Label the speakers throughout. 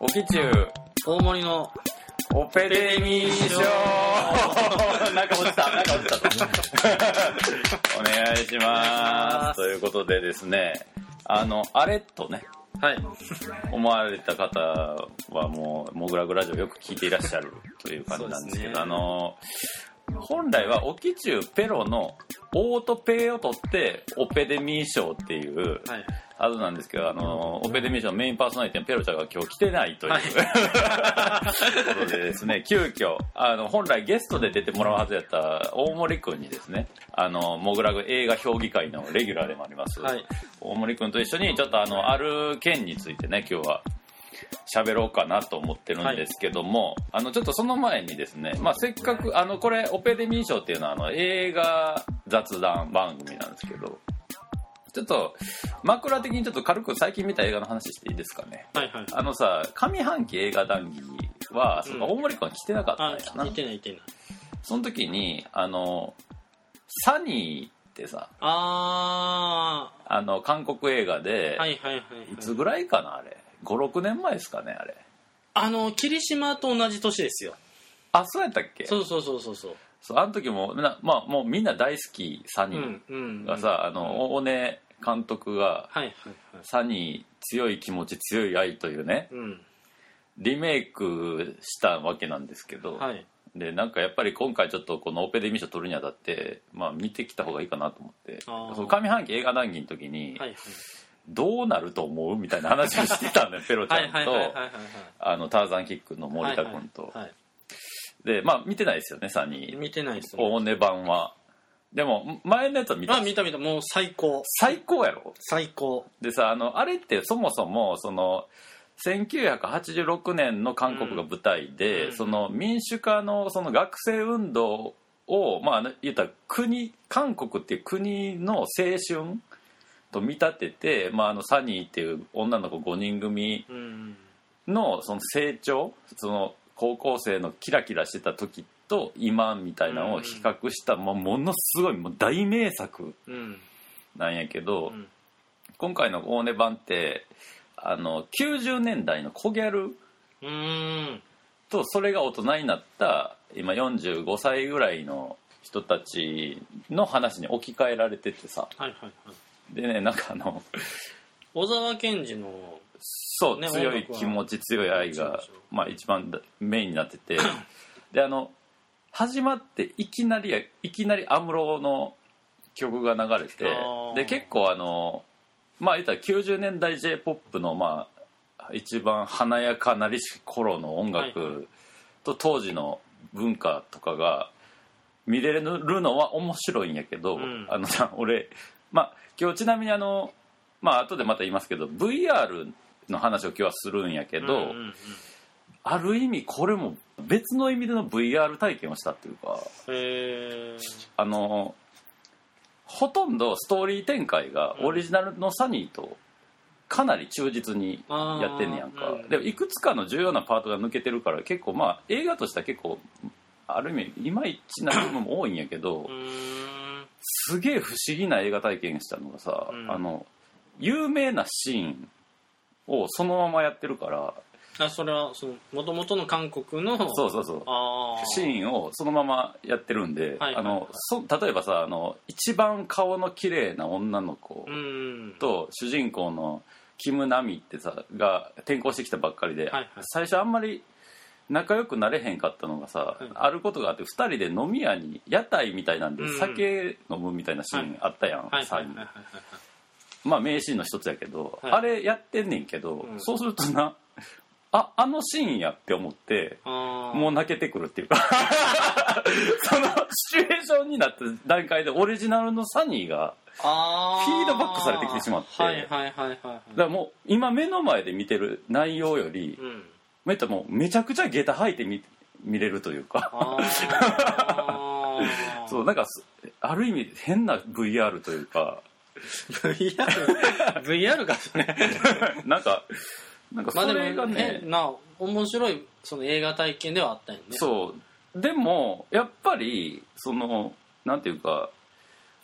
Speaker 1: オケチュー、大盛りの
Speaker 2: オペレミー賞 なんか落ちた、なんか落ちた。 お願いします。ということでですね、あの、あれとね、
Speaker 1: はい。
Speaker 2: 思われた方はもう、モグラグラジオよく聞いていらっしゃるという感じなんですけど、
Speaker 1: そうですね
Speaker 2: あの、本来はオキチューペロのオートペを取って、オペデミー賞っていう、
Speaker 1: はい。
Speaker 2: あとなんですけど、あの、オペデミー賞のメインパーソナリティのペロちゃんが今日来てないという、
Speaker 1: は い
Speaker 2: ということでですね、急遽、あの、本来ゲストで出てもらうはずやった大森くんにですね、あの、モグラグ映画評議会のレギュラーでもあります、
Speaker 1: はい。
Speaker 2: 大森くんと一緒に、ちょっとあの、ある件についてね、今日は喋ろうかなと思ってるんですけども、あの、ちょっとその前にですね、まあ、せっかく、あの、これ、オペデミー賞っていうのは、あの、映画雑談番組なんですけど、ちょっと、枕的にちょっと軽く最近見た映画の話していいですかね。
Speaker 1: はいはい。
Speaker 2: あのさ、上半期映画談義は、そうか、
Speaker 1: うん
Speaker 2: 大森くんは来てなかった
Speaker 1: あ
Speaker 2: んや、な。
Speaker 1: いてないいてない。
Speaker 2: その時に、あの、サニーってさ、
Speaker 1: あ
Speaker 2: あの、韓国映画で、
Speaker 1: ー、はいはいはいはい
Speaker 2: いつぐらいかなあれ56年前ですかねあれ
Speaker 1: あの、霧島と同じ年ですよ。
Speaker 2: あそうやったっけそう
Speaker 1: そうそうそうそうそう。
Speaker 2: あの時もなまあもうみんな大好きサ
Speaker 1: う
Speaker 2: ニー
Speaker 1: んうん。
Speaker 2: がさ、あの大根監督が
Speaker 1: はいはいはい。
Speaker 2: 「サニー強い気持ち強い愛」というね
Speaker 1: うん。
Speaker 2: リメイクしたわけなんですけど、
Speaker 1: はい。
Speaker 2: でなんかやっぱり今回ちょっとこのオペデミー賞取るにあたって、まあ、見てきた方がいいかなと思って
Speaker 1: あー
Speaker 2: その上半期映画談義の時に、
Speaker 1: はいはい。
Speaker 2: どうなると思うみたいな話をして たんだよペロちゃ
Speaker 1: はいはい
Speaker 2: ん
Speaker 1: はいはい
Speaker 2: と
Speaker 1: はい。
Speaker 2: あのターザンキックの森田君と、
Speaker 1: はいはいは
Speaker 2: でまあ見てないですよねサニ
Speaker 1: い。
Speaker 2: ー
Speaker 1: 見てないですね。
Speaker 2: 大根版はでも前のやつは見た
Speaker 1: あ、見た見た。もう最高。
Speaker 2: 最高やろ
Speaker 1: 最高。
Speaker 2: でさあのあれってそもそもその1986年の韓国が舞台で、
Speaker 1: うん
Speaker 2: その民主化のその学生運動をまああの言ったら国韓国っていう国の青春と見立てて、まあ、あのサニーっていう女の子5人組
Speaker 1: うん。
Speaker 2: のその成長その高校生のキラキラしてた時と今みたいなのを比較した、もうものすごいもう大名作
Speaker 1: うん。
Speaker 2: なんやけど、
Speaker 1: うん
Speaker 2: 今回の「大根版」ってあの90年代の小ギャル
Speaker 1: うーん。
Speaker 2: とそれが大人になった今45歳ぐらいの人たちの話に置き換えられててさ
Speaker 1: はいはいはい。
Speaker 2: でねなんかあの
Speaker 1: 小沢健二の、
Speaker 2: そう、
Speaker 1: ね
Speaker 2: 強い
Speaker 1: 音楽は
Speaker 2: 気持ち強い愛
Speaker 1: そう
Speaker 2: が
Speaker 1: そう、
Speaker 2: まあ、一番だメインになっててであの始まっていきなりやいきなり安室の曲が流れて
Speaker 1: あー
Speaker 2: で結構あのまあ言ったら90年代 j p o p のまあ一番華やかなりし頃の音
Speaker 1: はい
Speaker 2: 楽と当時の文化とかが見れるのは面白いんやけど、
Speaker 1: うん
Speaker 2: あのさ俺、まあ、今日ちなみにあのまあ後でまた言いますけど VR の話を今日はするんやけど、
Speaker 1: うんうんうん
Speaker 2: ある意味これも別の意味での VR 体験をしたっていうか
Speaker 1: えー、
Speaker 2: あのほとんどストーリー展開がオリジナルのサニーとかなり忠実に
Speaker 1: あー
Speaker 2: やってんねやんか、
Speaker 1: うん
Speaker 2: でもいくつかの重要なパートが抜けてるから結構まあ映画としては結構ある意味いまいちな部分も多いんやけど、
Speaker 1: うーん。
Speaker 2: すげえ不思議な映画体験したのがさ、
Speaker 1: うん
Speaker 2: あの有名なシーンをそのままやってるから
Speaker 1: あ、それは、その、もともとの韓国の、
Speaker 2: そうそうそう
Speaker 1: ああ。
Speaker 2: シ
Speaker 1: ン。
Speaker 2: ーンをそのままやってるんで、
Speaker 1: はいはいはい
Speaker 2: あのそ例えばさあの一番顔の綺麗な女の子
Speaker 1: うん。
Speaker 2: と主人公のキム・ナミってさが転校してきたばっかりで、
Speaker 1: はいはい
Speaker 2: 最初あんまり仲良くなれへんかったのがさ、
Speaker 1: はい
Speaker 2: あることがあって2人で飲み屋に屋台みたいなんで
Speaker 1: うん
Speaker 2: 酒飲むみたいなシーンあったやん、
Speaker 1: はい
Speaker 2: さ
Speaker 1: はい
Speaker 2: ら
Speaker 1: はい
Speaker 2: に
Speaker 1: はいはい。
Speaker 2: まあ名シーンの一つやけど、
Speaker 1: はい
Speaker 2: あれやってんねんけど、
Speaker 1: うん
Speaker 2: そうするとなああのシーンやって思って
Speaker 1: ああ。
Speaker 2: もう泣けてくるっていうか そのシチュエーションになった段階でオリジナルのサニーが
Speaker 1: あー
Speaker 2: フィードバックされてきてしまって
Speaker 1: はいはいはいはいは
Speaker 2: だ
Speaker 1: い。
Speaker 2: からもう今目の前で見てる内容より
Speaker 1: うん。
Speaker 2: めったらもうめちゃくちゃ下駄履いて見見れるというか
Speaker 1: ああ。
Speaker 2: そうなんかすある意味変な VR というか
Speaker 1: VR、VR がそれ。
Speaker 2: なんかなんか
Speaker 1: まあ
Speaker 2: そ
Speaker 1: で
Speaker 2: れが
Speaker 1: も
Speaker 2: ね
Speaker 1: ね、な面白いその映画体験ではあったんよねう
Speaker 2: そうでもやっぱりそのなんていうか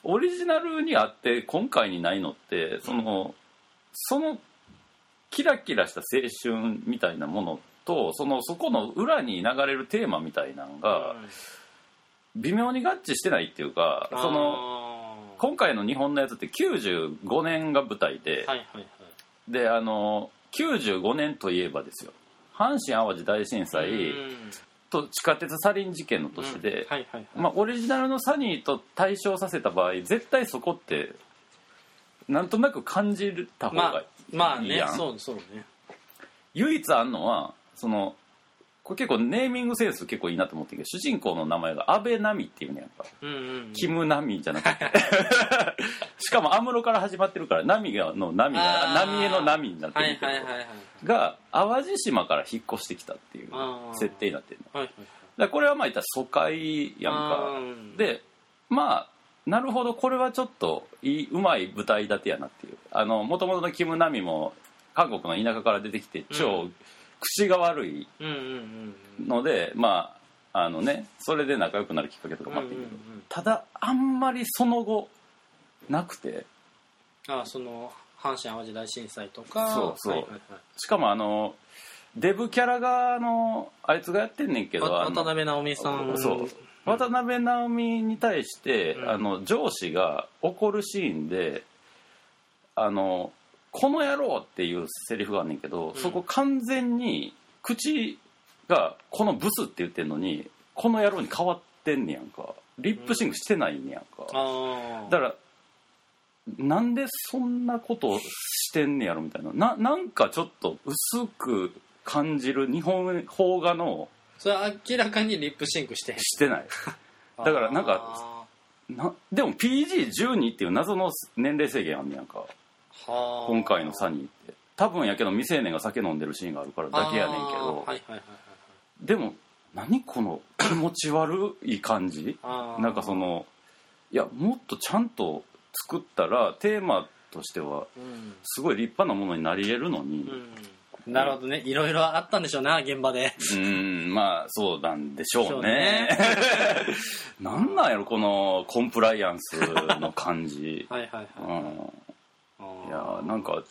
Speaker 2: オリジナルにあって今回にないのってそのそのキラキラした青春みたいなものとそのそこの裏に流れるテーマみたいなのが微妙に合致してないっていうかその
Speaker 1: の
Speaker 2: 今回の日本のやつって95年が舞台で、
Speaker 1: はいはいはい
Speaker 2: であの95年といえばですよ阪神・淡路大震災
Speaker 1: うん
Speaker 2: と地下鉄サリン事件の年で、
Speaker 1: うんはいはいはい
Speaker 2: まあ、オリジナルのサニーと対照させた場合絶対そこってなんとなく感じた方
Speaker 1: ま
Speaker 2: が
Speaker 1: あ
Speaker 2: いいやん、
Speaker 1: まあねそうそうね
Speaker 2: 唯一あんのはそのこれ結構ネーミングセンス結構いいなと思ってるけど主人公の名前が安倍奈美っていうねやっぱ、
Speaker 1: うんうん
Speaker 2: キム奈美じゃなく てしかも安室から始まってるから奈美がの奈美が
Speaker 1: あー
Speaker 2: 奈美への奈美になって
Speaker 1: は
Speaker 2: る
Speaker 1: い
Speaker 2: けど、
Speaker 1: はいはいはい
Speaker 2: が淡路島から引っ越してきたっていう
Speaker 1: あー
Speaker 2: 設定になってるのだか
Speaker 1: はいはい
Speaker 2: らこれはまあ言ったら疎開やんか
Speaker 1: うん
Speaker 2: でまあなるほどこれはちょっといいうまい舞台立てやなっていうあの元々のキム・ナミも韓国の田舎から出てきて
Speaker 1: う
Speaker 2: 超口が悪い
Speaker 1: うんうんうん
Speaker 2: ので、まああのねそれで仲良くなるきっかけと
Speaker 1: う
Speaker 2: か
Speaker 1: ん
Speaker 2: もあって
Speaker 1: うんんう
Speaker 2: けど、
Speaker 1: ん
Speaker 2: ただあんまりその後なくて
Speaker 1: あその阪神・淡路大震災とか
Speaker 2: そうそう
Speaker 1: はいはいはい
Speaker 2: しかもあのデブキャラがあのあいつがやってんねんけど
Speaker 1: わ
Speaker 2: あの
Speaker 1: 渡辺直美さん
Speaker 2: そう渡辺直美に対して、
Speaker 1: うん
Speaker 2: あの上司が怒るシーンで「あのこの野郎」っていうセリフがあんねんけど、
Speaker 1: ん
Speaker 2: そこ完全に口が「このブス」って言ってんのに「この野郎」に変わってんねやんかリップシンクしてないんやんか、
Speaker 1: ああ
Speaker 2: だからなんでそんなことをしてんねやろみたいなななんかちょっと薄く感じる日本邦画の
Speaker 1: それは明らかにリップシンクしてる
Speaker 2: してないだからなんか
Speaker 1: あ
Speaker 2: なでも PG12 っていう謎の年齢制限あんねやんか
Speaker 1: ーはあ
Speaker 2: 今回のサニーって多分やけど未成年が酒飲んでるシーンがあるからだけやねんけど
Speaker 1: あーはいはいはいはい
Speaker 2: でも何この気持ち悪い感じ
Speaker 1: あー
Speaker 2: なんかそのいやもっとちゃんと作ったらテーマとしては
Speaker 1: うん、
Speaker 2: すごい立派なものになり得るのに
Speaker 1: うん、なるほどねいろいろあったんでしょうな現場で
Speaker 2: うんまあそうなんでしょ
Speaker 1: そうう
Speaker 2: ね
Speaker 1: ね
Speaker 2: なんなんやろこのコンプライアンスの感じ
Speaker 1: はいはい
Speaker 2: うん
Speaker 1: はい
Speaker 2: いやーなんか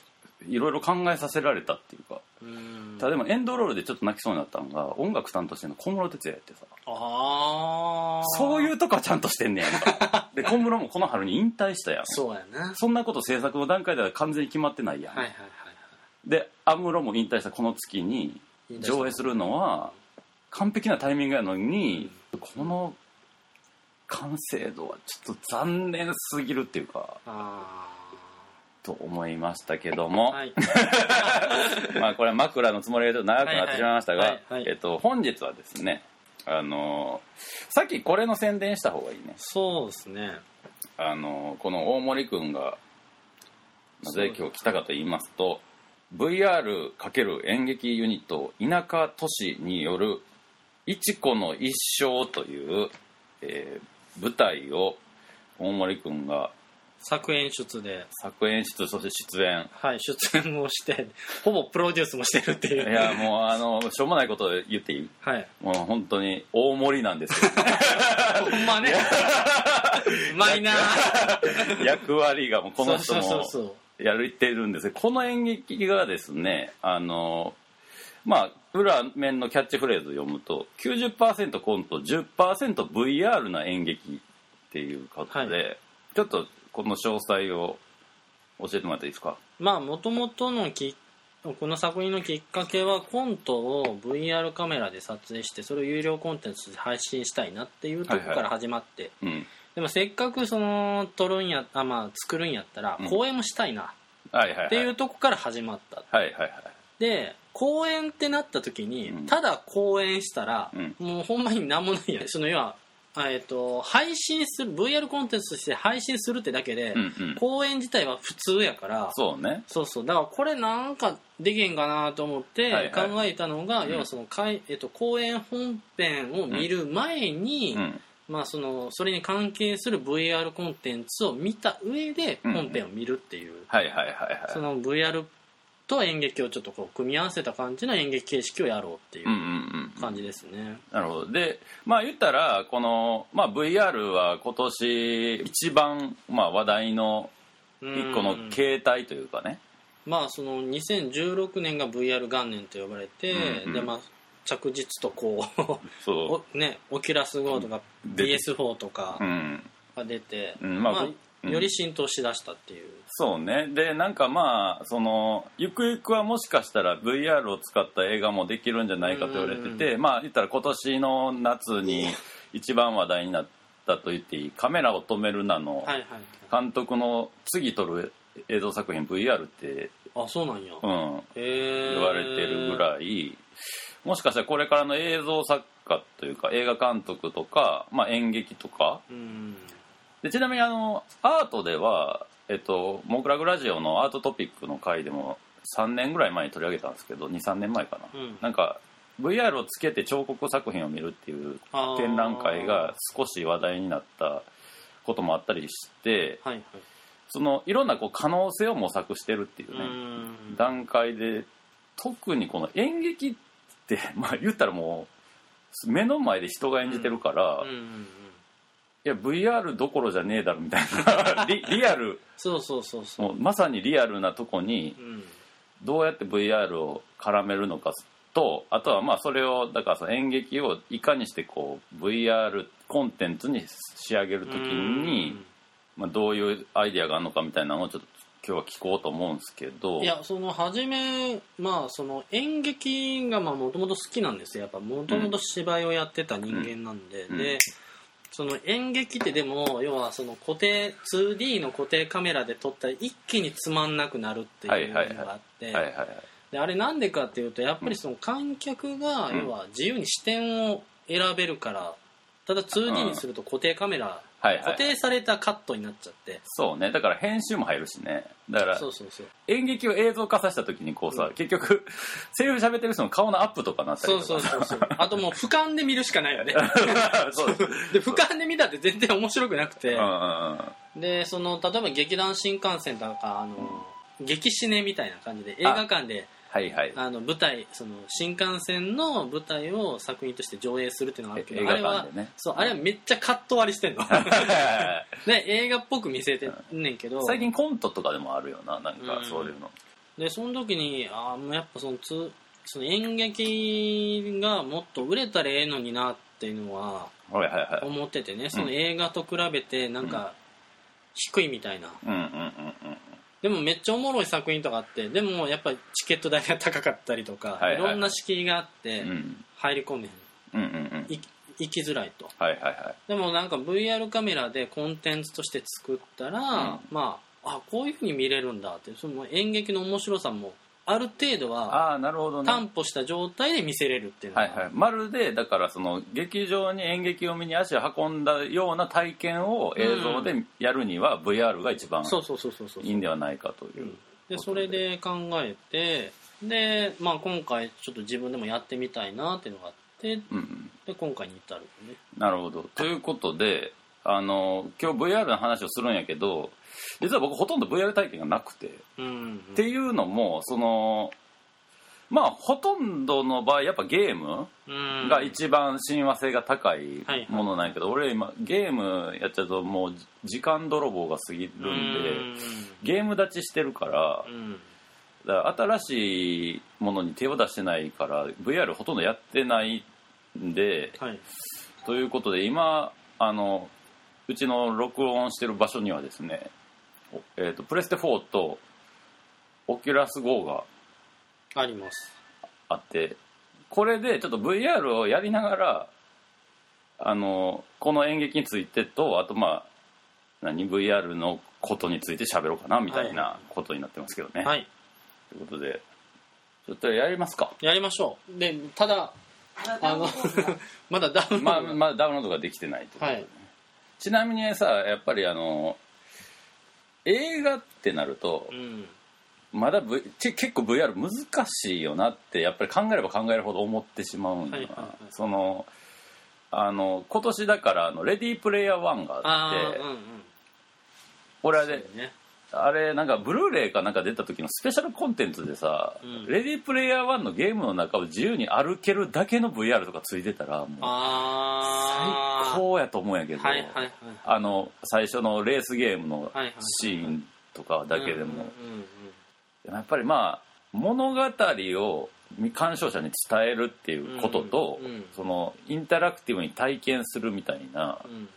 Speaker 2: いろいろ考えさせられたっていうか
Speaker 1: うん
Speaker 2: ただでもエンドロールでちょっと泣きそうになったのが音楽担当してんの小室哲哉やってさ
Speaker 1: ああ
Speaker 2: そういううとこはちゃんとしてんねやん かで小室もこの春に引退したやん
Speaker 1: そうやなはい
Speaker 2: そんなこと制作の段階では完全に決まってないやん、
Speaker 1: はいはい
Speaker 2: で安室も引退したこの月に
Speaker 1: はい
Speaker 2: 上映するのは完璧なタイミングやのに、この完成度はちょっと残念すぎるっていうか
Speaker 1: あ
Speaker 2: と思いましたけど
Speaker 1: あ
Speaker 2: も、
Speaker 1: はい
Speaker 2: まあこれは枕のつもりでちょっと長くなってしまいましたが、
Speaker 1: はいはいはいはい
Speaker 2: えっと、本日はですねあのーさっきこれの宣伝した方がいいね
Speaker 1: そうですね
Speaker 2: あのーこの大森くんがなぜ今日来たかと言いますと VR× 演劇ユニット田舎都市による「一子の一生」という、えー舞台を大森くんが
Speaker 1: 作演出で
Speaker 2: 作演出そして出演
Speaker 1: はい出演をしてほぼプロデュースもしてるって
Speaker 2: い
Speaker 1: いう
Speaker 2: やもうあのしょうもないこと言っていい
Speaker 1: はい
Speaker 2: もう本当に大盛りなんですよ
Speaker 1: ほんまねうまいな
Speaker 2: 役割がもうこの人
Speaker 1: そうそう
Speaker 2: も
Speaker 1: そう
Speaker 2: やるってるんですけどこの演劇がですねあのまあ裏面のキャッチフレーズを読むと90%コント 10%VR な演劇っていうことで、
Speaker 1: は
Speaker 2: ちょっとこの詳細を教えてもらっていいですか
Speaker 1: まあもともとのきこの作品のきっかけはコントを VR カメラで撮影してそれを有料コンテンツで配信したいなっていうとこ
Speaker 2: はいはい
Speaker 1: から始まって、
Speaker 2: うん
Speaker 1: でもせっかくその撮るんやあ、まあ、作るんやったら
Speaker 2: うん
Speaker 1: 公演もしたいな
Speaker 2: はいはいはい
Speaker 1: って
Speaker 2: はい
Speaker 1: いうとこから始まった、
Speaker 2: はいはい
Speaker 1: で公演ってなった時に、
Speaker 2: うん
Speaker 1: ただ公演したら、
Speaker 2: うん
Speaker 1: もうほんまになんもないよねその要は、あえっと配信する VR コンテンツとして配信するってだけで、
Speaker 2: うんうん
Speaker 1: 公演自体は普通やから
Speaker 2: そうね
Speaker 1: そうそうだからこれなんかできへんかなと思っ
Speaker 2: はい
Speaker 1: て
Speaker 2: はい
Speaker 1: 考えたのが、
Speaker 2: うん
Speaker 1: 要はそのかい、えっと、公演本編を見る前に、
Speaker 2: うん
Speaker 1: まあ、そのそれに関係する VR コンテンツを見た上で
Speaker 2: うん
Speaker 1: 本編を見るっていう、
Speaker 2: はいはいはい
Speaker 1: そ
Speaker 2: は
Speaker 1: の VR と演劇をちょっとこう組み合わせた感じの演劇形式をやろうってい
Speaker 2: うんうん
Speaker 1: う
Speaker 2: うん
Speaker 1: 感じですね。
Speaker 2: なるほどでまあ言ったらこの、まあ、VR は今年一番、まあ、話題の
Speaker 1: うん
Speaker 2: 一個の形態というかね、
Speaker 1: まあその2016年が VR 元年と呼ばれて、
Speaker 2: うんうん
Speaker 1: でまあ着実とこう
Speaker 2: そ
Speaker 1: おねオキュラス GO とか
Speaker 2: 出て
Speaker 1: PS4 とか
Speaker 2: う、うん
Speaker 1: が出て、
Speaker 2: うんまあ
Speaker 1: まあ
Speaker 2: うん
Speaker 1: より浸透しだしたっていう。
Speaker 2: そうねでなんかまあそのゆくゆくはもしかしたら VR を使った映画もできるんじゃないかと言われてて、まあ言ったら今年の夏に一番話題になったと言っていい「カメラを止めるな」の
Speaker 1: はいはいはい。
Speaker 2: 監督の次撮る映像作品 VR って、
Speaker 1: あそうなんや。
Speaker 2: うん、
Speaker 1: へえ。
Speaker 2: 言われてるぐらいもしかしたらこれからの映像作家というか映画監督とか、まあ、演劇とか
Speaker 1: うん。
Speaker 2: でちなみにあのアートでは、えっと、モグラグラジオのアートトピックの回でも3年ぐらい前に取り上げたんですけど23年前かな、
Speaker 1: うん
Speaker 2: なんか VR をつけて彫刻作品を見るっていう
Speaker 1: あー
Speaker 2: 展覧会が少し話題になったこともあったりして
Speaker 1: はいはい。
Speaker 2: そのいろんなこう可能性を模索してるっていう
Speaker 1: う
Speaker 2: ね、
Speaker 1: ん。
Speaker 2: 段階で特にこの演劇って まあ言ったらもう目の前で人が演じてるから、
Speaker 1: うんうんうん。
Speaker 2: いや VR どころじゃねえだろみたいな リリアル
Speaker 1: そうそうそうそう。
Speaker 2: もうまさにリアルなとこに
Speaker 1: うん。
Speaker 2: どうやって VR を絡めるのかとあとはまあそれをだからその演劇をいかにしてこう VR コンテンツに仕上げるときに、まあ、どういうアイデアがあるのかみたいなのをちょっと今日は聞こうと思うんですけど
Speaker 1: いやその初めまあその演劇がまあもともと好きなんですよやっぱもともと芝居をやってた人間なんで、
Speaker 2: うんう
Speaker 1: で
Speaker 2: ん
Speaker 1: その演劇ってでも要はその固定 2D の固定カメラで撮ったら一気につまんなくなるっていうの
Speaker 2: はいはいはい
Speaker 1: があって、
Speaker 2: はいはいはい
Speaker 1: であれなんでかっていうとやっぱりその観客が
Speaker 2: うん
Speaker 1: 要は自由に視点を選べるからただ 2D にすると固定カメラ
Speaker 2: はいはい
Speaker 1: 固定されたカットになっちゃって、
Speaker 2: そうねだから編集も入るしねだから
Speaker 1: そうそうそう
Speaker 2: 演劇を映像化させた時にこうさ、
Speaker 1: うん
Speaker 2: 結局 セリフ喋ってる人の顔のアップとかなったり
Speaker 1: そ
Speaker 2: と
Speaker 1: う
Speaker 2: か
Speaker 1: そうそうそうあともう俯瞰で見るしかないよね
Speaker 2: そうです
Speaker 1: で俯瞰で見たって全然面白くなくて
Speaker 2: うんうんうん
Speaker 1: でその例えば劇団新幹線とかあの、激シネみたいな感じで映画館で
Speaker 2: はいはい
Speaker 1: あの舞台その新幹線の舞台を作品として上映するっていうのがあるけ
Speaker 2: え映
Speaker 1: どあ
Speaker 2: 画
Speaker 1: れは
Speaker 2: 館でね
Speaker 1: そうあれはめっちゃカット割りしてんの ね映画っぽく見せてんねんけど
Speaker 2: 最近コントとかでもあるよななん
Speaker 1: う
Speaker 2: か
Speaker 1: ん
Speaker 2: そういうの、
Speaker 1: でその時にあーもうやっぱそのつその演劇がもっと売れたらええのになっていうのは
Speaker 2: はいはいはい
Speaker 1: 思っててねその映画と比べてなんか低いみたいな、
Speaker 2: うんうんうんうん
Speaker 1: でもめっちゃおもろい作品とかあってでもやっぱりチケット代が高かったりとか、
Speaker 2: はい
Speaker 1: い
Speaker 2: はいはい
Speaker 1: ろんな敷居があって
Speaker 2: うん
Speaker 1: 入り込めへん
Speaker 2: うんうんうん
Speaker 1: い行きづらいと
Speaker 2: はいはいはい
Speaker 1: でもなんか VR カメラでコンテンツとして作ったら、
Speaker 2: ん
Speaker 1: まああこういうふうに見れるんだってその演劇の面白さもある程度は
Speaker 2: ああなるほどね
Speaker 1: 担保した状態で見せれるっていうの
Speaker 2: はいはい、まるでだからその劇場に演劇を見に足を運んだような体験を映像でやるには VR が一番
Speaker 1: そうそうそうそうそう
Speaker 2: いいんではないかという、
Speaker 1: でそれで考えてで、まあ、今回ちょっと自分でもやってみたいなっていうのがあって
Speaker 2: うんうん、
Speaker 1: で今回に至るよね
Speaker 2: なるほどということであの今日 VR の話をするんやけど実は僕ほとんど VR 体験がなくてっ
Speaker 1: うん
Speaker 2: ていうのもそのまあほとんどの場合やっぱゲーム
Speaker 1: うん
Speaker 2: が一番親和性が高い
Speaker 1: はい
Speaker 2: ものなんやけど、俺今ゲームやっちゃうともう時間泥棒が過ぎるんで、ゲーム立ちしてるから
Speaker 1: うんうん
Speaker 2: だから新しいものに手を出してないから VR ほとんどやってないんで
Speaker 1: はい
Speaker 2: ということで今あのうちの録音してる場所にはですね、おえー、とプレステ4とオキュラス GO が
Speaker 1: あります
Speaker 2: あってこれでちょっと VR をやりながらあのこの演劇についてとあとまあ何 VR のことについて喋ろうかなみたいなことになってますけどね。
Speaker 1: はい
Speaker 2: ということでちょっとやりますか。
Speaker 1: やりましょうでただあの まだダウンロード
Speaker 2: まあ、まあダウンロードができてないと、
Speaker 1: はい
Speaker 2: ちなみにさやっぱりあの映画ってなると
Speaker 1: うん
Speaker 2: まだ、v、ち結構 VR 難しいよなってやっぱり考えれば考えるほど思ってしまうんだな、
Speaker 1: はいはいはい
Speaker 2: そのあの今年だからあの「レディープレイヤー1」があっ
Speaker 1: ああ
Speaker 2: て
Speaker 1: うんうん
Speaker 2: 俺はね
Speaker 1: ね
Speaker 2: あれなんかブルーレイかなんか出た時のスペシャルコンテンツでさ「
Speaker 1: うん
Speaker 2: レディープレイヤー1」のゲームの中を自由に歩けるだけの VR とかついてたらもう
Speaker 1: ああ
Speaker 2: 最高やと思うんやけど、
Speaker 1: はいはいはい
Speaker 2: あの最初のレースゲームの
Speaker 1: はいはい
Speaker 2: シーンとかだけでも、
Speaker 1: うんうんうん
Speaker 2: でもやっぱりまあ物語を鑑賞者に伝えるっていうことと、
Speaker 1: うんうん
Speaker 2: そのインタラクティブに体験するみたいな
Speaker 1: うんうん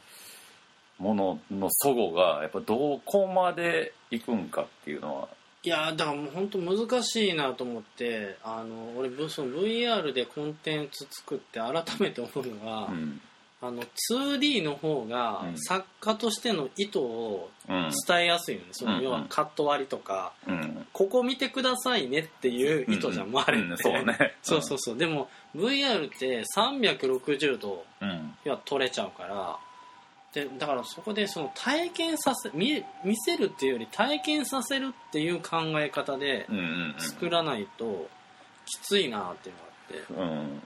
Speaker 2: ものの齟齬がやっぱどこまでいくんかっていうのは。
Speaker 1: いやーだからもう本当難しいなと思ってあの俺ぶその VR でコンテンツ作って改めて思うのが、
Speaker 2: うん
Speaker 1: あの 2D の方が
Speaker 2: うん
Speaker 1: 作家としての意図を
Speaker 2: うん
Speaker 1: 伝えやすいよね、そ
Speaker 2: うんう
Speaker 1: の
Speaker 2: ん
Speaker 1: 要はカット割りとか、
Speaker 2: うん
Speaker 1: ここ見てくださいねっていう意図じゃん、もうあれって、
Speaker 2: うんそう ね
Speaker 1: そうそうそうでも VR って360度
Speaker 2: うん
Speaker 1: 要は取れちゃうからでだからそこでその体験させ見見せるっていうより体験させるっていう考え方で
Speaker 2: うんうん
Speaker 1: 作らないときついなっていうのがあって
Speaker 2: うんうん
Speaker 1: で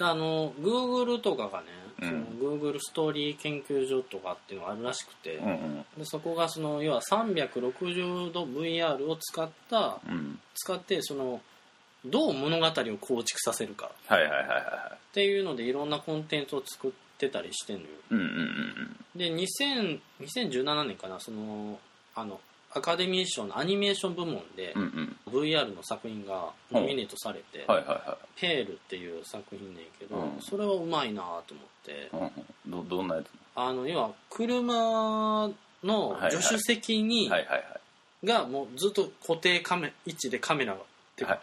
Speaker 1: あの Google とかがね、
Speaker 2: うん
Speaker 1: その Google ストーリー研究所とかっていうのがあるらしくて、
Speaker 2: うんうん
Speaker 1: でそこがその要は360度 VR を使った
Speaker 2: うん
Speaker 1: 使ってそのどう物語を構築させるか
Speaker 2: はいはいはいはいは
Speaker 1: っていうのでいろんなコンテンツを作ってたりしてんのよ
Speaker 2: いうんうんうん
Speaker 1: で2000 2017年かなそのあのアカデミー賞のアニメーション部門で
Speaker 2: うんうんうん
Speaker 1: VR の作品がノミネートされて
Speaker 2: はいは
Speaker 1: 「ペール」っていう作品ねんけど、
Speaker 2: うん
Speaker 1: それはうまいなと思って
Speaker 2: いはいうんうんどどんなやつ
Speaker 1: あの要は車の助手席に
Speaker 2: はいはいはい
Speaker 1: がもうずっと固定カメ位置でカメラがてか
Speaker 2: はい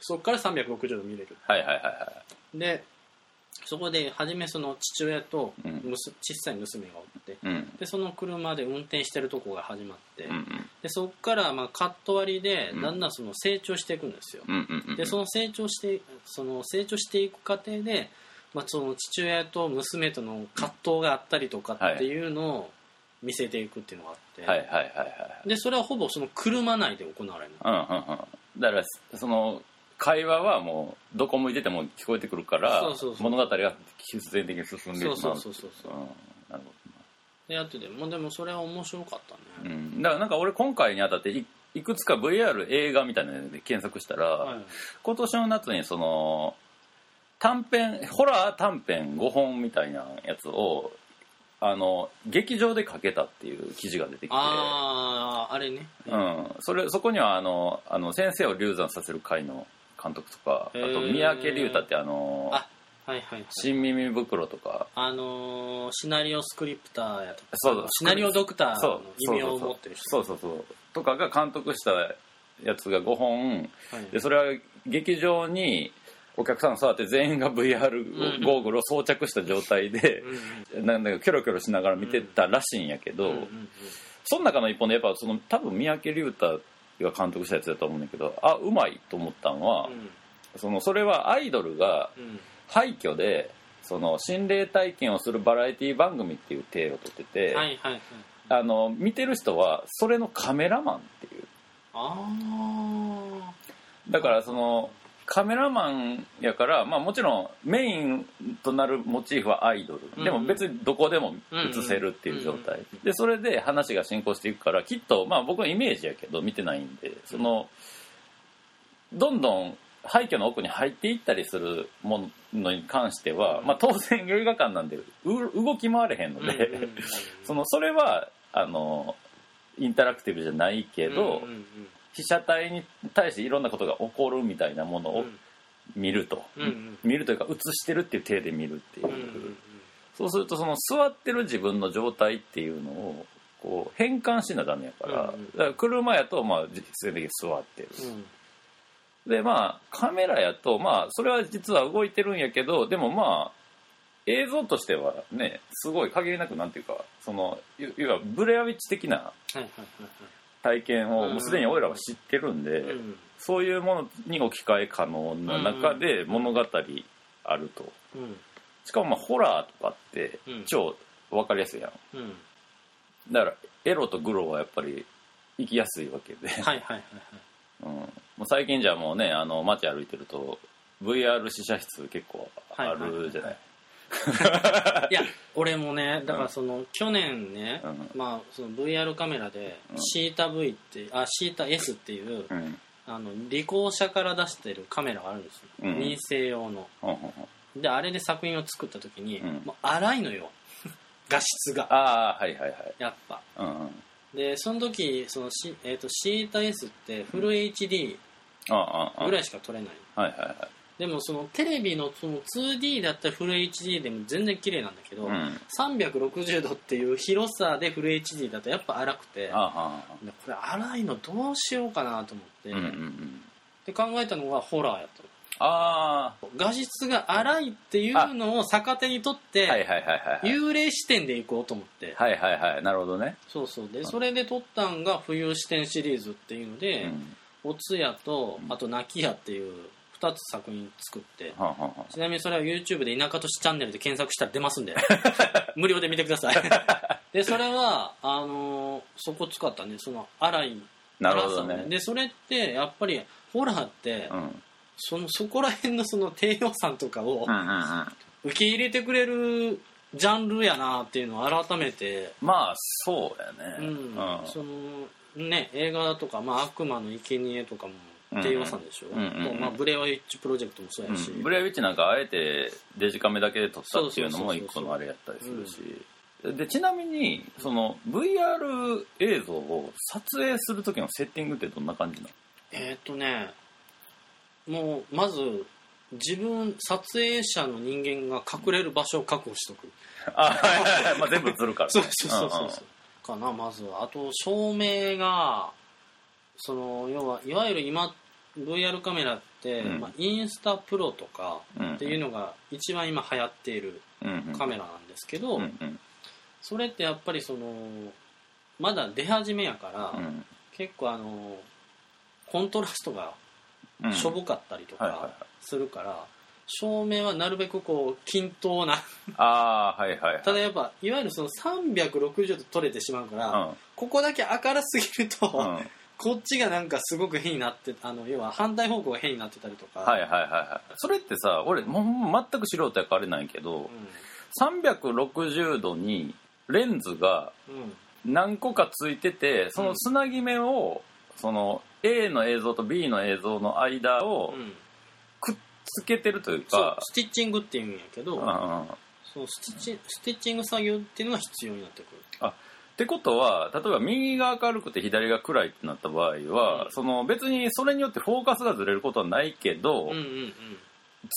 Speaker 1: そこから360度見れる
Speaker 2: はいはいはいは
Speaker 1: でそこで初めその父親と
Speaker 2: うん
Speaker 1: むす小さい娘がおって
Speaker 2: いうん
Speaker 1: でその車で運転してるとこが始まって、
Speaker 2: うんうん
Speaker 1: でそこからまあカット割りで
Speaker 2: うん
Speaker 1: だんだんその成長していくんですよ、
Speaker 2: うんうんうん
Speaker 1: でその成長してその成長していく過程で、まあ、その父親と娘との葛藤があったりとかっていうのを見せていくっていうのがあって、
Speaker 2: はいはいはいはい
Speaker 1: でそれはほぼその車内で行われる
Speaker 2: うんうんうんだからその会話はもうどこ向いてても聞こえてくるから
Speaker 1: そうそうそう
Speaker 2: 物語が必然的に進んでい
Speaker 1: そう
Speaker 2: く
Speaker 1: そうそうそうそう
Speaker 2: うんなるほ
Speaker 1: でやっててもうでもそれは面白かった
Speaker 2: ど、う
Speaker 1: ね、
Speaker 2: ん、だからなんか俺今回にあたっていいくつか VR 映画みたいなので検索したら、
Speaker 1: はい、
Speaker 2: 今年の夏にその短編ホラー短編5本みたいなやつをあの劇場でかけたっていう記事が出てきて
Speaker 1: あああれね
Speaker 2: うん、それそこにはあのあの先生を流産させる会の監督とかあ
Speaker 1: へ
Speaker 2: と
Speaker 1: ー
Speaker 2: 三宅龍太ってあの
Speaker 1: あはいはいはい
Speaker 2: 新耳袋とか
Speaker 1: あのーシナリオスクリプターやとか
Speaker 2: そうそう
Speaker 1: シナリオドクター
Speaker 2: そう
Speaker 1: の異名を持ってる人
Speaker 2: そうそうそうそうとかが監督したやつが5本
Speaker 1: はい
Speaker 2: でそれは劇場にお客さん座って全員が VR ゴーグルを装着した状態で
Speaker 1: うんうん、
Speaker 2: なんだかキョロキョロしながら見てたらしいんやけど、
Speaker 1: うんうんうん
Speaker 2: その中の一本でやっぱその多分三宅龍太が監督したやつだと思うんだけどあうまいと思ったんは、そのそれはアイドルが
Speaker 1: うんうん
Speaker 2: 廃墟でその心霊体験をするバラエティ番組っていう体をとってて、
Speaker 1: はいはいはい
Speaker 2: あの見てる人はそれのカメラマンっていう
Speaker 1: あ
Speaker 2: だからそのカメラマンやから、まあ、もちろんメインとなるモチーフはアイドル、
Speaker 1: うん
Speaker 2: でも別にどこでも映せるっていう状態、でそれで話が進行していくからきっと、まあ、僕のイメージやけど見てないんでそのどんどん廃墟の奥に入っていったりするものに関しては、まあ、当然映画館なんでう動き回れへん
Speaker 1: あ
Speaker 2: の
Speaker 1: うん
Speaker 2: で、
Speaker 1: うんうん
Speaker 2: そのそれはあのインタラクティブじゃないけど、
Speaker 1: うんうんうん
Speaker 2: 被写体に対していろんなことが起こるみたいなものを見ると、
Speaker 1: うんうん
Speaker 2: 見るというか映してるっていう体で見るっていう、
Speaker 1: うんうんうん
Speaker 2: そうするとその座ってる自分の状態っていうのをこう変換しなダメやから,、
Speaker 1: うんうん
Speaker 2: だから車やとまあ実践的に座ってる、
Speaker 1: うん
Speaker 2: でまあカメラやとまあそれは実は動いてるんやけどでもまあ映像としてはねすごい限りなくなんていうかそのいいわゆるブレアウィッチ的な
Speaker 1: はいはいはい
Speaker 2: 体験をもうすでに俺らは知ってるんで、
Speaker 1: はいうん
Speaker 2: そういうものに置き換え可能な中で物語あると。
Speaker 1: うん
Speaker 2: しかもまあホラーとかって
Speaker 1: うん
Speaker 2: 超わかりやすいやん。
Speaker 1: うん
Speaker 2: だからエロとグロはやっぱり行きやすいわけで。
Speaker 1: はいはいはいはい
Speaker 2: うん、もう最近じゃもうね、あの街歩いてると VR 試写室結構あるじゃない。
Speaker 1: いや俺もねだからその、去年ね、
Speaker 2: うん
Speaker 1: まあ、その VR カメラで θV ってあ θS っていう
Speaker 2: うんうん
Speaker 1: あの理工者から出してるカメラがあるんですよ、
Speaker 2: うん
Speaker 1: 民生用の
Speaker 2: うんうん
Speaker 1: であれで作品を作った時に、
Speaker 2: うん
Speaker 1: もう荒いのよ 画質が
Speaker 2: ああはいはいはい
Speaker 1: やっぱ
Speaker 2: うんうん
Speaker 1: でその時その、C えー、と θS ってフル HD
Speaker 2: ああああ
Speaker 1: ぐらいしか撮れない、
Speaker 2: はいはいはい
Speaker 1: でもそのテレビのその 2D だったらフル HD でも全然綺麗なんだけど、
Speaker 2: うん
Speaker 1: 360度っていう広さでフル HD だとやっぱ荒くて
Speaker 2: あああ
Speaker 1: でこれ荒いのどうしようかなと思って、
Speaker 2: うんうんうん
Speaker 1: で考えたのがホラーやったの
Speaker 2: あ
Speaker 1: 画質が荒いっていうのを逆手にとっ
Speaker 2: あはい
Speaker 1: て
Speaker 2: はいはいはいはい
Speaker 1: 幽霊視点でいこうと思って
Speaker 2: はいはいはいなるほどね
Speaker 1: そうそうでそれで撮ったんが浮遊視点シリーズっていうの
Speaker 2: う
Speaker 1: で
Speaker 2: ん
Speaker 1: おつやと
Speaker 2: うん
Speaker 1: あと泣きやっていう2つ作品作って
Speaker 2: はんはんはん
Speaker 1: ちなみにそれは YouTube で田舎都市チャンネルで検索したら出ます んで無料で見てくださいでそれはあのーそこ使ったねその荒い
Speaker 2: なるほど
Speaker 1: 荒さを
Speaker 2: ね
Speaker 1: でそれってやっぱりホラーって、
Speaker 2: うんうん
Speaker 1: そのそこら辺のその低予算とかを
Speaker 2: うんうん
Speaker 1: 受け入れてくれるジャンルやなっていうのを改めて、
Speaker 2: まあそうやね
Speaker 1: うん
Speaker 2: うん
Speaker 1: そのね映画とか、まあ、悪魔の生贄とかも低予算でしょ、
Speaker 2: うんうんうん
Speaker 1: まあ、ブレワイッチプロジェクトもそうやし、
Speaker 2: うんブレアウィッチなんかあえてデジカメだけで撮ったっていうのも一個のあれやったりするし、でちなみにその VR 映像を撮影する時のセッティングってどんな感じなの
Speaker 1: えーっとねもうまず自分撮影者の人間が隠れる場所を確保しとく
Speaker 2: あはいはい はいまあ全部映るから、ね、
Speaker 1: そうそうそうそうそうかなまずはあと照明がその要はいわゆる今 VR カメラって、
Speaker 2: うん
Speaker 1: まあ、インスタプロとか
Speaker 2: うん
Speaker 1: っていうのが一番今流行っている
Speaker 2: うんうん
Speaker 1: カメラなんですけど、
Speaker 2: うんうん
Speaker 1: それってやっぱりそのまだ出始めやから、
Speaker 2: うん
Speaker 1: 結構あのコントラストが
Speaker 2: うん
Speaker 1: しょぼかったりと
Speaker 2: はいはいはい
Speaker 1: かするから、照明はなるべくこう均等な
Speaker 2: ああはいはいはい
Speaker 1: ただやっぱいわゆるその360度撮れてしまうから、
Speaker 2: う
Speaker 1: ここだけ明るすぎると、
Speaker 2: ん、うん、はい
Speaker 1: こっちがなんかすごく変になってあの要は反対方向が変になってたりとか、
Speaker 2: はいはいはいそれってさ俺もうもう全く素人やからあれなんやけど360度にレンズが
Speaker 1: うんうん
Speaker 2: 何個かついててそのつなぎ目を、その A の映像と B の映像の間を
Speaker 1: うん
Speaker 2: くっつけてるという
Speaker 1: そう
Speaker 2: か、
Speaker 1: スティッチングっていうんやけど、
Speaker 2: うんうんうんっ
Speaker 1: そのスティッチスティッチング作業っていうのが必要になってくる
Speaker 2: てことは例えば右が明るくて左が暗いってなった場合は、
Speaker 1: うん
Speaker 2: その別にそれによってフォーカスがずれることはないけど、
Speaker 1: うんうんうん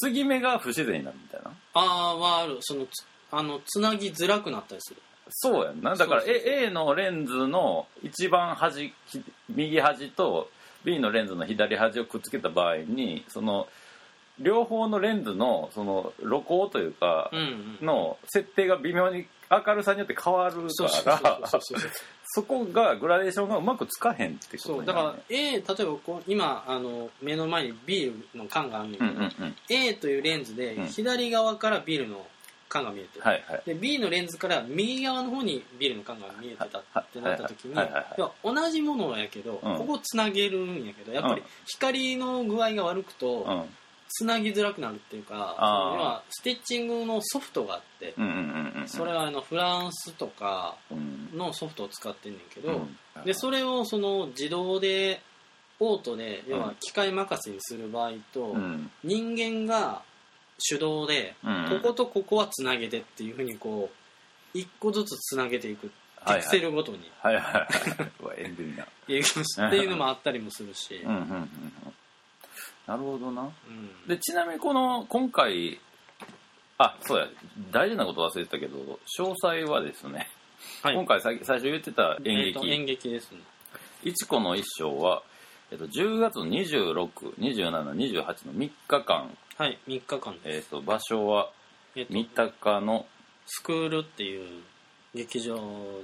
Speaker 2: 継ぎ目が不自然になるみたいな
Speaker 1: ああはあるそのつあのつなぎづらくなったりする
Speaker 2: そうやんなだから
Speaker 1: そうそうそう
Speaker 2: A A のレンズの一番端き右端と B のレンズの左端をくっつけた場合にその両方のレンズのその露光というか
Speaker 1: うんうん
Speaker 2: の設定が微妙に明るさによって変わる
Speaker 1: そうそう
Speaker 2: から
Speaker 1: そうそうそう
Speaker 2: そこがグラデーションがうまくつかへんってこと
Speaker 1: そう
Speaker 2: に
Speaker 1: だ
Speaker 2: な
Speaker 1: か
Speaker 2: る
Speaker 1: ら A 例えばこう今あの目の前にビールの缶があるんやけ
Speaker 2: うん
Speaker 1: ど、
Speaker 2: うんうん
Speaker 1: A というレンズで
Speaker 2: うん
Speaker 1: 左側からビールの缶が見えてる、
Speaker 2: はいはい
Speaker 1: で B のレンズから右側の方にビールの缶が見えてたってなった時に
Speaker 2: はいはいはいはい
Speaker 1: 要は同じものやけど、
Speaker 2: うん
Speaker 1: ここつなげるんやけどやっぱり
Speaker 2: うん
Speaker 1: 光の具合が悪く
Speaker 2: う
Speaker 1: と
Speaker 2: ん
Speaker 1: つなぎづらくなるっていうか、
Speaker 2: あー
Speaker 1: その要はスティッチングのソフトがあって、
Speaker 2: うんうんうんうん
Speaker 1: それはあのフランスとか
Speaker 2: うん
Speaker 1: のソフトを使ってんねんけ
Speaker 2: う
Speaker 1: ど、
Speaker 2: ん
Speaker 1: でそれをその自動でオートで要
Speaker 2: う
Speaker 1: は
Speaker 2: ん
Speaker 1: 機械任せにする場合と、
Speaker 2: うん
Speaker 1: 人間が手動で
Speaker 2: うん
Speaker 1: こことここはつなげてっていうふうにこう一個ずつつなげていく
Speaker 2: はいは
Speaker 1: ピ
Speaker 2: い
Speaker 1: クセルごとに
Speaker 2: はいはいはいうわエンディングな
Speaker 1: いうっていうのもあったりもするし、
Speaker 2: うんうんうんうんなるほどな
Speaker 1: うん
Speaker 2: でちなみにこの今回あそうや大事なこと忘れてたけど詳細はですね、
Speaker 1: はい
Speaker 2: 今回さ最初言ってた演
Speaker 1: えーと
Speaker 2: 劇
Speaker 1: 演劇ですね
Speaker 2: 「いちこの一生は」えっと10月262728の3日間、
Speaker 1: はい3日間です、
Speaker 2: えっと場所は
Speaker 1: えーと
Speaker 2: 三鷹の、
Speaker 1: スクールっていう劇場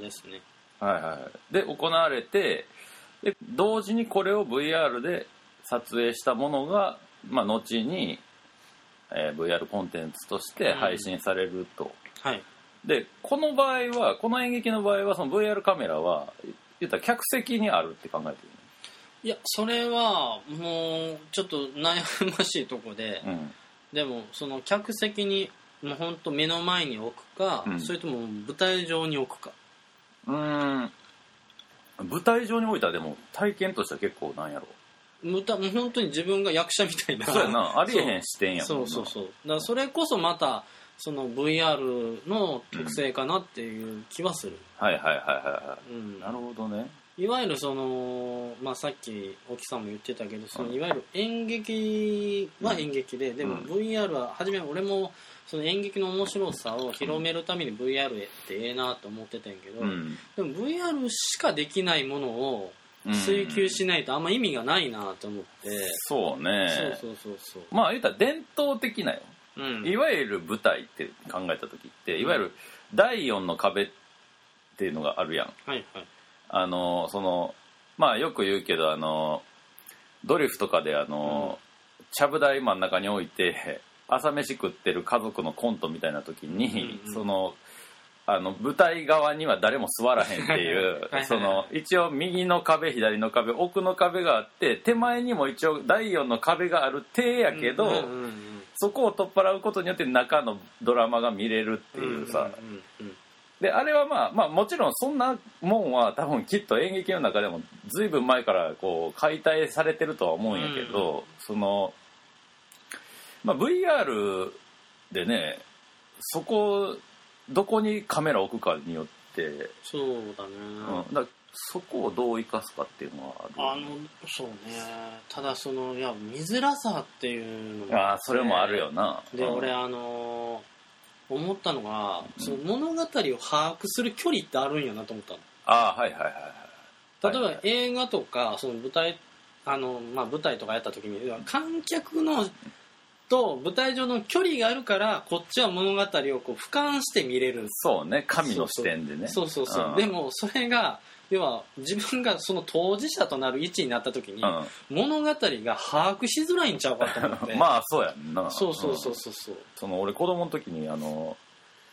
Speaker 1: ですね
Speaker 2: はいはいはい、で行われてで同時にこれを VR で撮影したものが、まあ、後に、えー VR コンテンツとして配信されると。
Speaker 1: はい
Speaker 2: でこの場合はこの演劇の場合はその VR カメラは言ったら客席にあるって考えて
Speaker 1: いやそれはもうちょっと悩ましいとこで、
Speaker 2: る、ね
Speaker 1: でもその客席にもう本当目の前に置くか、
Speaker 2: うん
Speaker 1: それとも舞台上に置くか
Speaker 2: うーん舞台上に置いたらでも体験としては結構なんや ろ
Speaker 1: むたもう本当に自分が役者みたいな
Speaker 2: そうやなありえへん視点やもん
Speaker 1: そう
Speaker 2: な
Speaker 1: そうそうだからそれこそまたその VR の特性かなっていう気はする、
Speaker 2: はいはいはいはいは
Speaker 1: うん
Speaker 2: いなるほどね
Speaker 1: いわゆるその、まあ、さっき沖さんも言ってたけどその
Speaker 2: うん
Speaker 1: いわゆる演劇は演劇で、でも
Speaker 2: うん
Speaker 1: VR は初め俺もその演劇の面白さを広めるために VR ってええなと思ってたんやけど、
Speaker 2: うん
Speaker 1: でも VR しかできないものを
Speaker 2: うん
Speaker 1: 追求しないとあんま意味がないなと思って、
Speaker 2: そうね
Speaker 1: そうそうそうそう
Speaker 2: まあ言ったら伝統的なよ
Speaker 1: うん
Speaker 2: いわゆる舞台って考えた時っていわゆる第4の壁っていうのがあるやん
Speaker 1: はいはい
Speaker 2: あのそのまあよく言うけどあのドリフとかであの、ちゃぶ台真ん中に置いて朝飯食ってる家族のコントみたいな時に、
Speaker 1: うんうん
Speaker 2: そのあの舞台側には誰も座らへんっていう
Speaker 1: はいはい
Speaker 2: その一応右の壁左の壁奥の壁があって手前にも一応第4の壁がある体やけど、
Speaker 1: うんうんうん
Speaker 2: そこを取っ払うことによって中のドラマが見れるっていうさ、
Speaker 1: んうんうん
Speaker 2: であれはまあまあもちろんそんなもんは多分きっと演劇の中でも随分前からこう解体されてるとは思うんやけど、その、まあ、VR でねそこどこにカメラ置くかによって、うん
Speaker 1: そうだね、
Speaker 2: だからそこをどう生かすかっていうのはあ
Speaker 1: あ
Speaker 2: るよ
Speaker 1: の
Speaker 2: ね
Speaker 1: そうねただそのいや見づらさっていうのも
Speaker 2: あーそれもあるよな、
Speaker 1: で
Speaker 2: うん
Speaker 1: 俺あのー思ったのが、
Speaker 2: うん
Speaker 1: その物語を把握する距離ってあるんやなと思ったの
Speaker 2: あーはいはいはいはい
Speaker 1: 例えば、
Speaker 2: はい
Speaker 1: 映画とかその舞台あの、まあ、舞台とかやった時に観客のと舞台上の距離があるからこっちは物語をこう俯瞰して見れるんです
Speaker 2: そうね神の視点でね
Speaker 1: そうそうそう、
Speaker 2: ん
Speaker 1: でもそれが要は自分がその当事者となる位置になった時に、
Speaker 2: うん
Speaker 1: 物語が把握しづらいんちゃうかと思っ て
Speaker 2: まあそうやんな
Speaker 1: そうそうそ
Speaker 2: ん
Speaker 1: うそうそう
Speaker 2: その俺子供の時にあの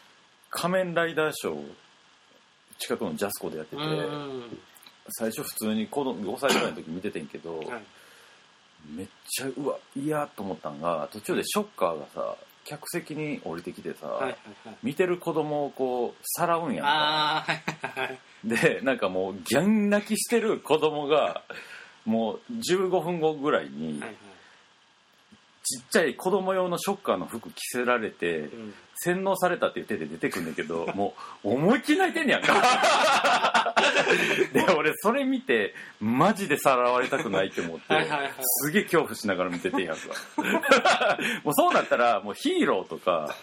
Speaker 2: 「仮面ライダーショー」を近くのジャスコでやってて、
Speaker 1: うん
Speaker 2: 最初普通に子供5歳ぐらいの時見ててんけど、
Speaker 1: はい
Speaker 2: めっちゃうわ嫌と思ったんが途中でショッカーがさ客席に降りてきてさ、
Speaker 1: はいはいはい
Speaker 2: 見てる子供をこうさらうんやんか
Speaker 1: ああはいはいはい
Speaker 2: でなんかもうギャン泣きしてる子供がもう15分後ぐらいに、
Speaker 1: はいはい
Speaker 2: ちっちゃい子供用のショッカーの服着せられて、
Speaker 1: うん
Speaker 2: 洗脳されたっていう手で出てくんだけど もう思いっきり泣いてんねやんか で俺それ見てマジでさらわれたくないって思って
Speaker 1: はいはいはい
Speaker 2: すげえ恐怖しながら見ててんやんか もうそうなったらもうヒーローとか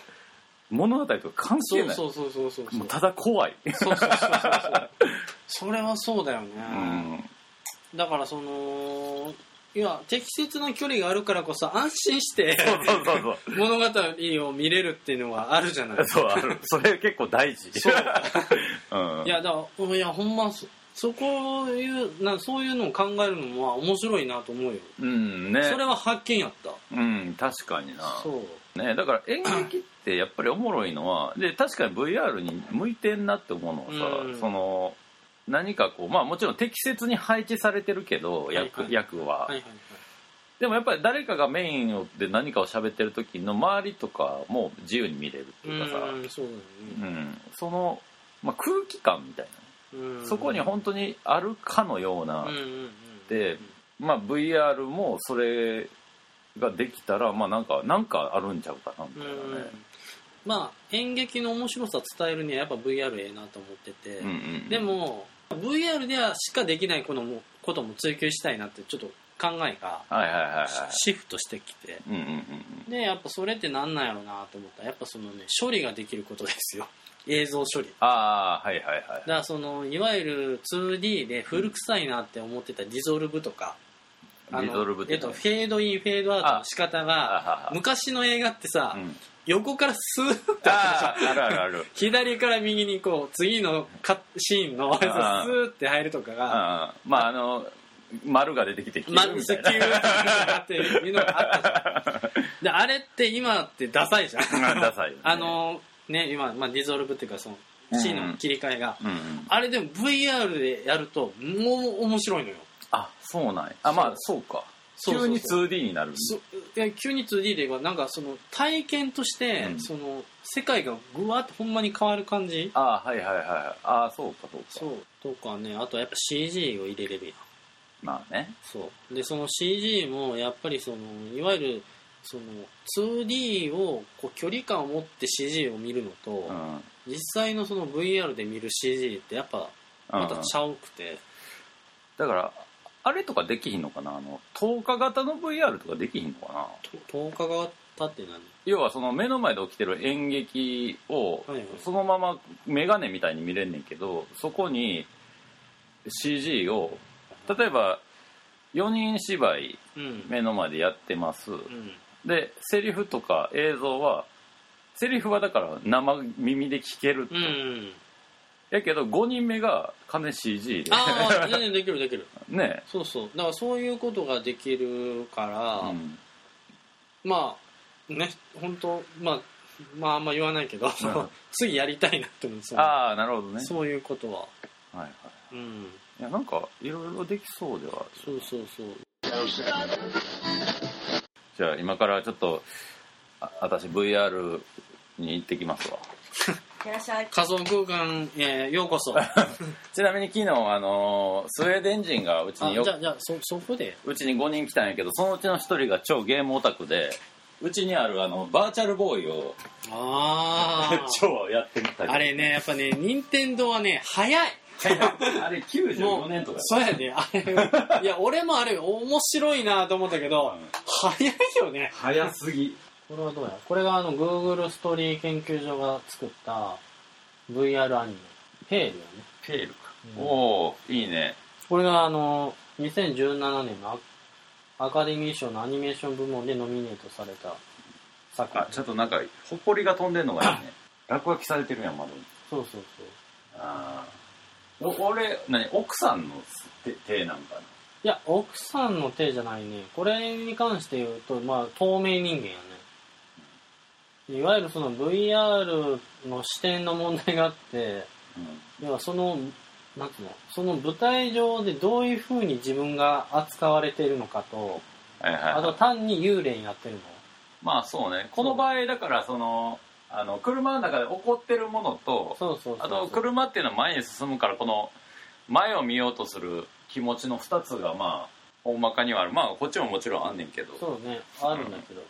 Speaker 2: 物語とか関係
Speaker 1: そう
Speaker 2: ない
Speaker 1: そうそうそうそうそ
Speaker 2: も
Speaker 1: う
Speaker 2: うただ怖い、
Speaker 1: そうそうそうそうそれはそうだよね、
Speaker 2: うん、
Speaker 1: だからそのいや適切な距離があるからこそ安心して
Speaker 2: そうそうそうそう
Speaker 1: 物語を見れるっていうのはあるじゃな い
Speaker 2: そうあるそれ結構大事
Speaker 1: そう
Speaker 2: うん、
Speaker 1: いやだからいやほんまそそこいうなそういうのを考えるのは面白いなと思うよ
Speaker 2: うんね
Speaker 1: それは発見やった
Speaker 2: うん確かにな
Speaker 1: そう
Speaker 2: ね、だから演劇ってやっぱりおもろいの はで確かに VR に向いてんなって思うのはさ、
Speaker 1: うん
Speaker 2: その何かこうまあもちろん適切に配置されてるけど役,、
Speaker 1: はいはい
Speaker 2: 役は、
Speaker 1: はいはいはい
Speaker 2: でもやっぱり誰かがメインで何かを喋ってる時の周りとかも自由に見れるっていうかさ、
Speaker 1: うんそうだよ
Speaker 2: うん
Speaker 1: ね
Speaker 2: その、まあ、空気感みたいな、
Speaker 1: うん
Speaker 2: そこに本当にあるかのような、
Speaker 1: うんうんうん
Speaker 2: でまあ、VR もそれができたらまあなんかなんかあるんちゃうかなみ
Speaker 1: う
Speaker 2: たいなね。
Speaker 1: んまあ演劇の面白さ伝えるにはやっぱ VR ええなと思ってて、
Speaker 2: うんうんうん
Speaker 1: でも VR ではしかできないこのもことも追求したいなってちょっと考えが
Speaker 2: はいはいはいはい。
Speaker 1: シフトしてきて
Speaker 2: うんうんうん
Speaker 1: でやっぱそれってなんなんやろうなと思ったらやっぱそのね処理ができることですよ映像処理
Speaker 2: ああ、はいはいは
Speaker 1: だからそのいわゆる 2D で古臭いなって思ってたディゾルブとかあの
Speaker 2: い。リゾルブ
Speaker 1: えっと、フェードインフェードアウトの仕方
Speaker 2: あは
Speaker 1: が
Speaker 2: は
Speaker 1: 昔の映画ってさ、
Speaker 2: うん、
Speaker 1: 横からスーッと
Speaker 2: あーあるあるある。
Speaker 1: 左から右にこう次のカシーンのやつ
Speaker 2: ああ
Speaker 1: スーって入るとかが
Speaker 2: あーまああの、丸が出てきて、
Speaker 1: まあ、
Speaker 2: み
Speaker 1: 石
Speaker 2: た
Speaker 1: 油
Speaker 2: いな。
Speaker 1: っていうのがあった じゃん。で、あれって今ってダサいじゃん。
Speaker 2: ダサいよね
Speaker 1: あの、ね、今、まあ、ディゾルブっていうか、その、C の切り替えが。
Speaker 2: うんうん、
Speaker 1: あれでも VR でやると、もう面白いのよ。
Speaker 2: あそうなんやあまあそうか
Speaker 1: そうそう
Speaker 2: 急
Speaker 1: そ
Speaker 2: に
Speaker 1: う
Speaker 2: 2D になるんで
Speaker 1: そいや急に 2D ではなんかその体験として、
Speaker 2: うん
Speaker 1: その世界がぐわっとほんまに変わる感じ
Speaker 2: ああはいはいはいはいああそうかそうか
Speaker 1: そうとかねあとやっぱ CG を入れれるやん
Speaker 2: まあね
Speaker 1: そうでその CG もやっぱりそのいわゆるその 2D をこう距離感を持って CG を見るのと、
Speaker 2: うん
Speaker 1: 実際のその VR で見る CG ってやっぱまた
Speaker 2: うん
Speaker 1: ちゃうくて、
Speaker 2: だからあれとかできひんのかなあの透過型の VR とかできひんのかな
Speaker 1: と10日が経って何
Speaker 2: 要はその目の前で起きてる演劇を
Speaker 1: はいはい
Speaker 2: そのままメガネみたいに見れんねんけどそこに CG を例えば4人芝居
Speaker 1: うん
Speaker 2: 目の前でやってます
Speaker 1: うん
Speaker 2: でセリフとか映像はセリフはだから生耳で聞けると、
Speaker 1: うん
Speaker 2: やけど5人目が完全に CG で
Speaker 1: ああ全然できるできる
Speaker 2: ね
Speaker 1: そうそうだからそういうことができるから、
Speaker 2: うん
Speaker 1: まあね本当まあまああんま言わないけど、
Speaker 2: ん
Speaker 1: 次やりたいなって思うんですよ
Speaker 2: ああなるほどね
Speaker 1: そういうことは
Speaker 2: はいはい
Speaker 1: うん
Speaker 2: いやなんかいろいろできそうではある
Speaker 1: そうそうそう
Speaker 2: じゃあ今からちょっとあ私 VR に行ってきますわ
Speaker 3: いらっしゃい。
Speaker 1: 仮想空間へよ うこそあ
Speaker 2: ちなみに昨日あのースウェーデン人がうちによ
Speaker 1: じゃあじゃあそそこで
Speaker 2: うちに5人来たんやけどそのうちの1人が超ゲームオタクでうちにあるあのバーチャルボーイを
Speaker 1: ああ
Speaker 2: 超やってみたり
Speaker 1: あれねやっぱね任天堂はね早い
Speaker 2: あれ94年とか
Speaker 1: そうやねあれいや俺もあれ面白いなと思ったけど、
Speaker 2: うん
Speaker 1: 早いよね
Speaker 2: 早すぎ
Speaker 1: これはどうやこれがあの Google ストーリー研究所が作った VR アニメ「ヘール」やね
Speaker 2: ペールか、
Speaker 1: うん
Speaker 2: おおいいね
Speaker 1: これがあの2017年のアアカデミー賞のアニメーション部門でノミネートされた作品
Speaker 2: あちょっとなんかほこりが飛んでんのがいいね 落書きされてるやん窓に
Speaker 1: そうそうそう
Speaker 2: ああ俺何奥さんの手手なんかない
Speaker 1: や奥さんの手じゃないねこれに関して言うとまあ透明人間やねいわゆるその VR の視点の問題があって
Speaker 2: うん
Speaker 1: 要はそのなんていうのその舞台上でどういうふうに自分が扱われているのかと
Speaker 2: はいはい
Speaker 1: あ
Speaker 2: はい
Speaker 1: と単に幽霊になってるの
Speaker 2: まあそうねこの場合だからそのあの車の中で起こってるものと
Speaker 1: そうそうそう
Speaker 2: あと車っていうのは前に進むからこの前を見ようとする気持ちの2つがまあ大まかにはあるまあこっちももちろんあんねんけど
Speaker 1: そうねあるんだけど、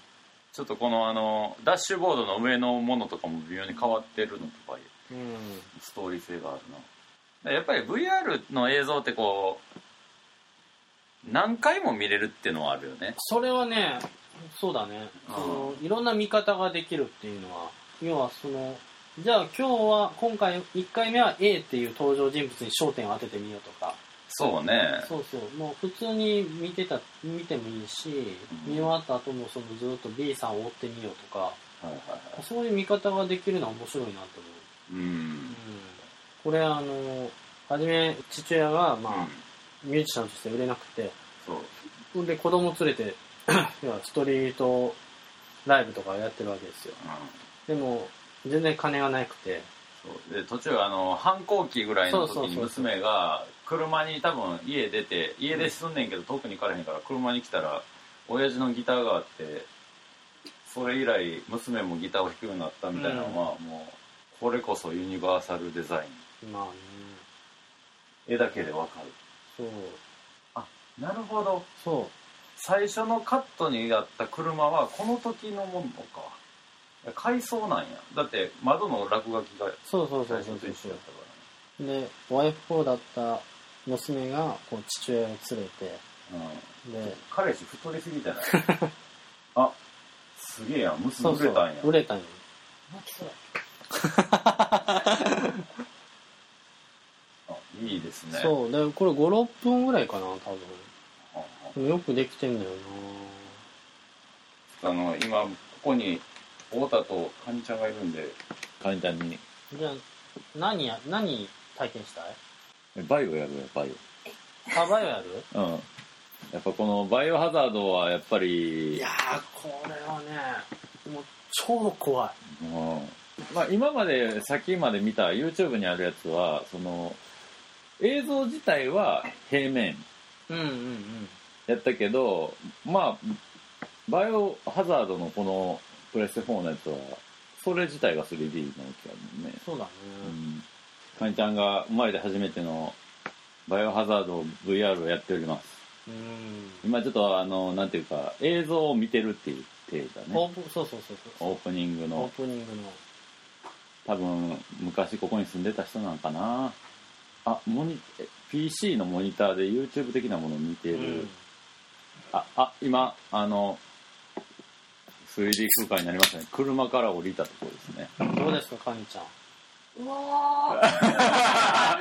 Speaker 2: ちょっとこのあのダッシュボードの上のものとかも微妙に変わってるのとか
Speaker 1: うん
Speaker 2: ストーリー性があるなやっぱり VR の映像ってこう何回も見れるっていうのはあるよね
Speaker 1: それはねそうだね
Speaker 2: うん
Speaker 1: そのいろんな見方ができるっていうのは要はそのじゃあ今日は今回1回目は A っていう登場人物に焦点を当ててみようとか
Speaker 2: そうね
Speaker 1: そうそうもう普通に見てた見てもいいし
Speaker 2: うん
Speaker 1: 見終わった後もそのずっと B さんを追ってみようとか
Speaker 2: はいはいはい
Speaker 1: そういう見方ができるのは面白いなと思
Speaker 2: う
Speaker 1: う、うん
Speaker 2: ん、
Speaker 1: これあの初め父親が、
Speaker 2: う
Speaker 1: ま
Speaker 2: ん
Speaker 1: あミュージシャンとして売れなくて
Speaker 2: そう
Speaker 1: ほんで子供連れて 要はストリートライブとかやってるわけですよでも全然金がなくて
Speaker 2: そうで途中あの反抗期ぐらいの時
Speaker 1: そうそう
Speaker 2: に
Speaker 1: そうそう
Speaker 2: 娘が車に多分家出て家出住んねんけど遠くに行かれへんから車に来たら親父のギターがあってそれ以来娘もギターを弾くようになったみたいなのは、もうこれこそユニバーサルデザイ
Speaker 1: まあね
Speaker 2: ン絵だけでわかる
Speaker 1: そう
Speaker 2: なるほど
Speaker 1: そ
Speaker 2: 最初のカットにあった車はこの時のものかいや改装なんやだって窓の落書きが
Speaker 1: うそうそ
Speaker 2: 最
Speaker 1: うそ
Speaker 2: 初と
Speaker 1: うそう
Speaker 2: 一緒
Speaker 1: そ
Speaker 2: や
Speaker 1: う
Speaker 2: ったから
Speaker 1: で YFO だった娘がこう父親を連れて
Speaker 2: ね、うん
Speaker 1: で
Speaker 2: 彼氏太りすぎじゃ ないあすげえやん娘売れたんや
Speaker 1: 売れたんよ
Speaker 3: 泣きそう。
Speaker 2: あいいですね
Speaker 1: そうでこれ56分ぐらいかな多分
Speaker 2: あ
Speaker 1: でもよくできてんだよ
Speaker 2: ああの今ここに太田とカニちゃんがいるんでカニちゃんに
Speaker 1: なじゃあ何や何体験したい
Speaker 2: バイオやるよバイ
Speaker 1: あバイオやる
Speaker 2: オうんやっぱこのバイオハザードはやっぱ
Speaker 1: い
Speaker 2: り
Speaker 1: やーこれはねもう超怖
Speaker 2: う
Speaker 1: い
Speaker 2: んまあ、今まで先まで見た YouTube にあるやつはその映像自体は平面
Speaker 1: うんうんうん
Speaker 2: やったけどまあバイオハザードのこのプレステ4のやつはそれ自体が 3D なわけやもんね
Speaker 1: そうだね、
Speaker 2: うんかにちゃんが生まれて初めてのバイオハザード VR をやっております
Speaker 1: うん
Speaker 2: 今ちょっとあのなんていうか映像を見てるっていう程度
Speaker 1: オ
Speaker 2: ね
Speaker 1: ープンそうそうそうそう
Speaker 2: オープニング
Speaker 1: オー
Speaker 2: の
Speaker 1: プニングの
Speaker 2: 多分昔ここに住んでた人なんかなあモニえ PC のモニターで YouTube 的なものを見てる、
Speaker 1: うん
Speaker 2: ああ今あの 3D 空間になりましたね車から降りたところです ね
Speaker 1: どうですかかみちゃん
Speaker 3: うわ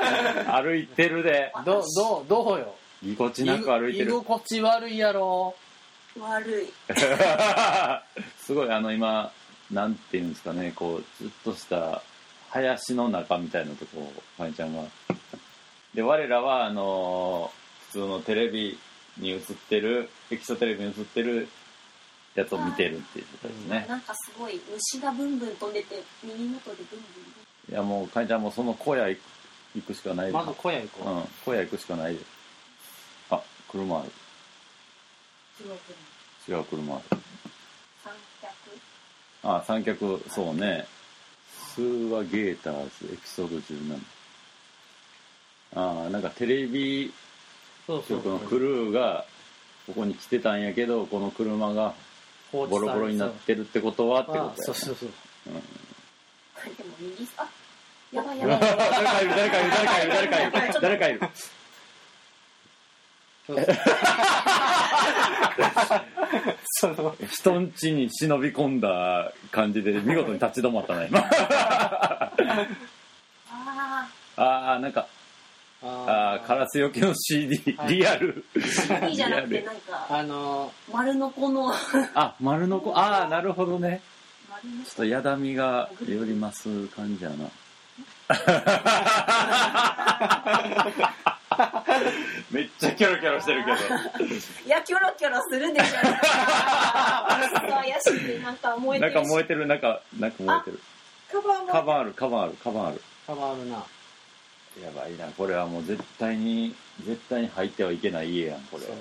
Speaker 3: ー
Speaker 2: 歩いてるで
Speaker 1: どどうどうよ
Speaker 2: ぎこちなく歩いて
Speaker 1: 居
Speaker 2: る
Speaker 1: 心地悪いやろ
Speaker 3: 悪い。
Speaker 2: すごいあの今なんていうんですかねこうずっとした林の中みたいなとこをかみちゃんがで我らはあのー普通のテレビに映ってる液晶テレビに映ってるやつを見てるっていうことですね
Speaker 3: なんかすごい虫がブンブン飛んでて耳元でブンブ
Speaker 2: いやもうかみちゃんもうその小屋行く行くしかないです
Speaker 1: まず小屋行
Speaker 2: う
Speaker 1: こ
Speaker 2: ん小屋行くしかないですあ車ある
Speaker 3: ンブン。広く
Speaker 2: 違う車ある
Speaker 3: 三脚。
Speaker 2: あ三脚そうねスーワゲーターズエピソード17ああなんかテレビ
Speaker 1: う、そうそう
Speaker 2: 局のクルーがここに来てたんやけどこの車が
Speaker 1: 放置
Speaker 2: ボロボロになってるってことはってことや
Speaker 1: あそうそうそう
Speaker 3: でも右、あ、やばいやばい やばい。
Speaker 2: 誰かいる誰かいる誰かいる誰かいる誰かいる
Speaker 1: そう そうその
Speaker 2: 人んちに忍び込んだ感じで見事に立ち止まったね今
Speaker 3: あ
Speaker 2: ああなんかあーカラスよけの CD リアル
Speaker 3: あ、いいじゃなく
Speaker 2: リア
Speaker 3: て
Speaker 2: ル
Speaker 3: なんか、
Speaker 1: あの
Speaker 3: 丸のこの、
Speaker 2: あ丸の子ああなるほどね
Speaker 3: 丸の
Speaker 2: ちょっとやだみがよります感じ やな。めっちゃキョロキョロしてるけど。
Speaker 3: いや、キョロキョロするでしょ。怪しいね。なんか燃えて
Speaker 2: なん
Speaker 3: るし。
Speaker 2: か燃えてる、なんか、なんか燃えてる。
Speaker 3: カバン
Speaker 2: カ
Speaker 3: も。
Speaker 2: バンある、カバンある、カバンある。
Speaker 1: カバーあるな
Speaker 2: やばいな、これはもう絶対に、絶対に入ってはいけない家やん、これ
Speaker 1: そう。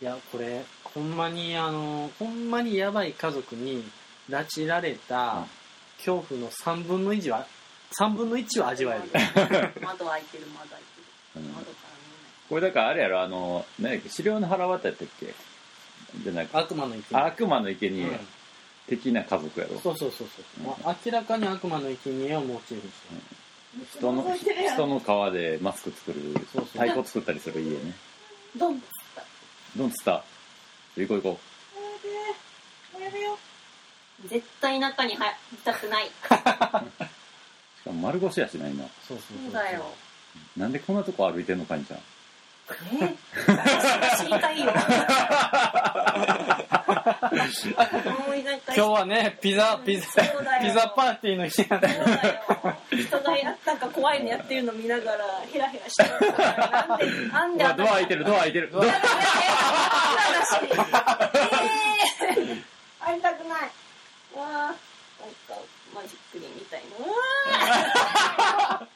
Speaker 1: いやこれほんまにあのほんまにやばい家族に拉致られた恐怖の3分の1は3分の1は 味わえる
Speaker 3: 窓開いてる、窓開いて
Speaker 2: う
Speaker 3: る。
Speaker 2: ん
Speaker 3: 窓から
Speaker 2: これだからあれやろ、あの、何やっけ、資料の腹渡りやったっけじゃなく
Speaker 1: 悪魔の生
Speaker 2: 悪魔の生
Speaker 1: 贄
Speaker 2: 贄
Speaker 1: うん
Speaker 2: 的な家族やろ。
Speaker 1: そうそうそうそう、
Speaker 2: うん
Speaker 1: まあ明らかに悪魔の生贄をモチーフにしてる
Speaker 3: 見な
Speaker 2: 人の
Speaker 3: い。覗いてるやん
Speaker 2: 人の皮でマスク作る
Speaker 1: そうそう
Speaker 2: 太鼓作ったりする家ね
Speaker 3: どんどん。
Speaker 2: どんつった行こう行こ
Speaker 3: やめよう。絶対中に入りたくない。
Speaker 2: うしかも丸腰やしな今
Speaker 1: そうそう
Speaker 3: そ
Speaker 1: そう
Speaker 3: うだよ。
Speaker 2: なんでこんなとこ歩いてんのかにちゃん
Speaker 3: え知りたいよ。思い出したい。
Speaker 1: 今日はねピザピザ
Speaker 3: そうだよ
Speaker 1: ピザパーティーの日なんで
Speaker 3: そうだよ人がやなんか怖いのやってるの見ながらヘラヘラしてるからなんでなん
Speaker 2: う
Speaker 3: で
Speaker 2: わドア開いてるドア開いてるドア
Speaker 3: なんでなんでなんでえー会いたくないわあなんかマジックリンみたいなうわ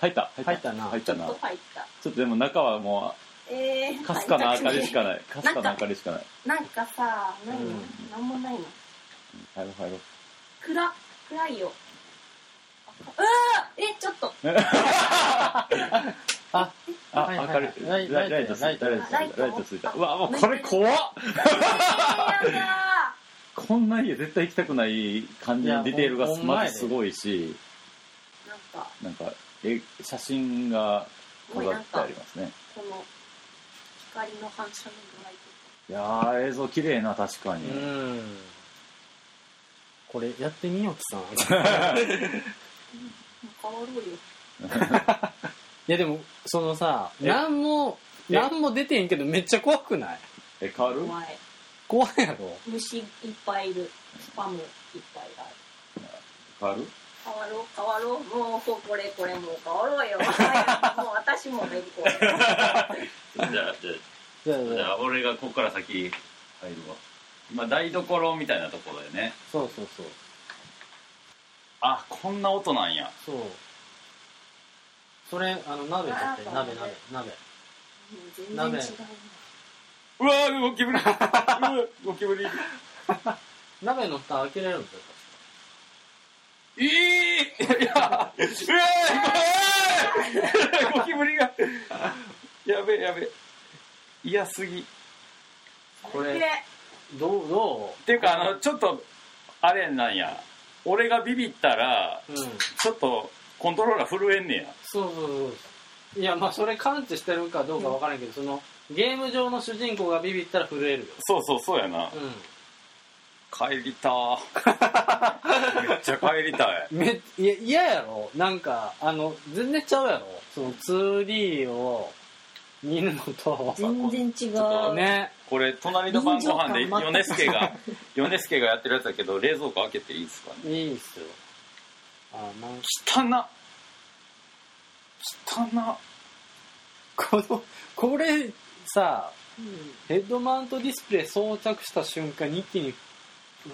Speaker 2: 入った入
Speaker 1: 入ったな
Speaker 2: 入っ
Speaker 3: ーちょ
Speaker 2: た
Speaker 3: っ
Speaker 2: な
Speaker 3: と入った
Speaker 2: ちょっとでも中はも
Speaker 3: えー
Speaker 2: うかすかな明かりしか
Speaker 3: い
Speaker 2: ないかすかな明かりしかない
Speaker 3: なんかさないの
Speaker 1: うん
Speaker 3: なんもないの
Speaker 2: 入ろう入ろう
Speaker 3: 暗暗いようわーえちょっ と
Speaker 1: あ
Speaker 2: あ
Speaker 1: はいはい
Speaker 2: 明るいラ
Speaker 1: ラ
Speaker 2: イ
Speaker 1: イ
Speaker 2: ライトつい
Speaker 1: ライ
Speaker 2: た
Speaker 1: ト
Speaker 2: ラ
Speaker 1: ラ
Speaker 2: イ
Speaker 1: イ
Speaker 2: トつい
Speaker 1: ト
Speaker 2: たライトついたうわもうこれ怖っ
Speaker 3: えー、やだ
Speaker 2: こんな家絶対行きたくない感じのディテール
Speaker 1: い
Speaker 2: が
Speaker 1: やほんまや
Speaker 2: ま
Speaker 1: で
Speaker 2: ずすごいし
Speaker 3: ーなんか
Speaker 2: なんかえ写真が飾ってありますね
Speaker 3: この光の反射の具合とか
Speaker 2: いやー映像綺麗な確か
Speaker 1: う
Speaker 2: に、
Speaker 1: んこれやってみようきさんい
Speaker 3: 変わろうよ
Speaker 1: やでもそのさ
Speaker 2: え
Speaker 1: 何も
Speaker 2: え
Speaker 1: 何も出てへんけどめっちゃ怖くない
Speaker 2: え変わる
Speaker 3: 怖い
Speaker 1: 怖いやろ
Speaker 3: 虫いっぱいいるスパムいっぱいある
Speaker 2: 変わる
Speaker 3: 変わろう変わろうもうこれこれもう変わろ うよ早くもう私もめんこ
Speaker 2: じゃあじゃあ
Speaker 1: じゃあじゃあ
Speaker 2: 俺がここから先入るわ今台所みたいなところでね
Speaker 1: そうそうそう
Speaker 2: あこんな音なんや
Speaker 1: そうそれあの鍋取って
Speaker 3: あー
Speaker 1: 鍋
Speaker 3: そう
Speaker 1: 鍋鍋
Speaker 3: 全然違うな
Speaker 2: うわーゴキ ブリうわゴキブリ
Speaker 1: 鍋の蓋開けられるんですよ。
Speaker 2: いいいやうわーゴキブリがやべえやべえ嫌すぎっ
Speaker 1: これ、どう、ど
Speaker 2: ていうかあのちょっとあれなんや俺がビビったら
Speaker 1: ううん。そう
Speaker 2: ちょっとコントローラー震えんねや
Speaker 1: そうそうそう。いや、まあ、それ感知してるかどうかわからんけど、その、ゲーム上の主人公がビビったら震えるよ。
Speaker 2: そうそうそうやな
Speaker 1: う
Speaker 2: 帰りたー めっちゃ帰りたい
Speaker 1: ん。め、いや、嫌やろなんか、あの、全然ちゃうやろその 2D を見るのと、
Speaker 4: 全然違
Speaker 2: ちょっと
Speaker 4: う。
Speaker 1: ね。
Speaker 2: これ隣の晩ご飯で
Speaker 4: 臨場感
Speaker 2: 米助が米助がやってるやつだけど冷蔵庫開けていいですかね
Speaker 1: いいんすよ。あ、なんか、
Speaker 2: 汚な汚な
Speaker 1: この、これ、さ、
Speaker 4: うん
Speaker 1: ヘッドマウントディスプレイ装着した瞬間に一気に、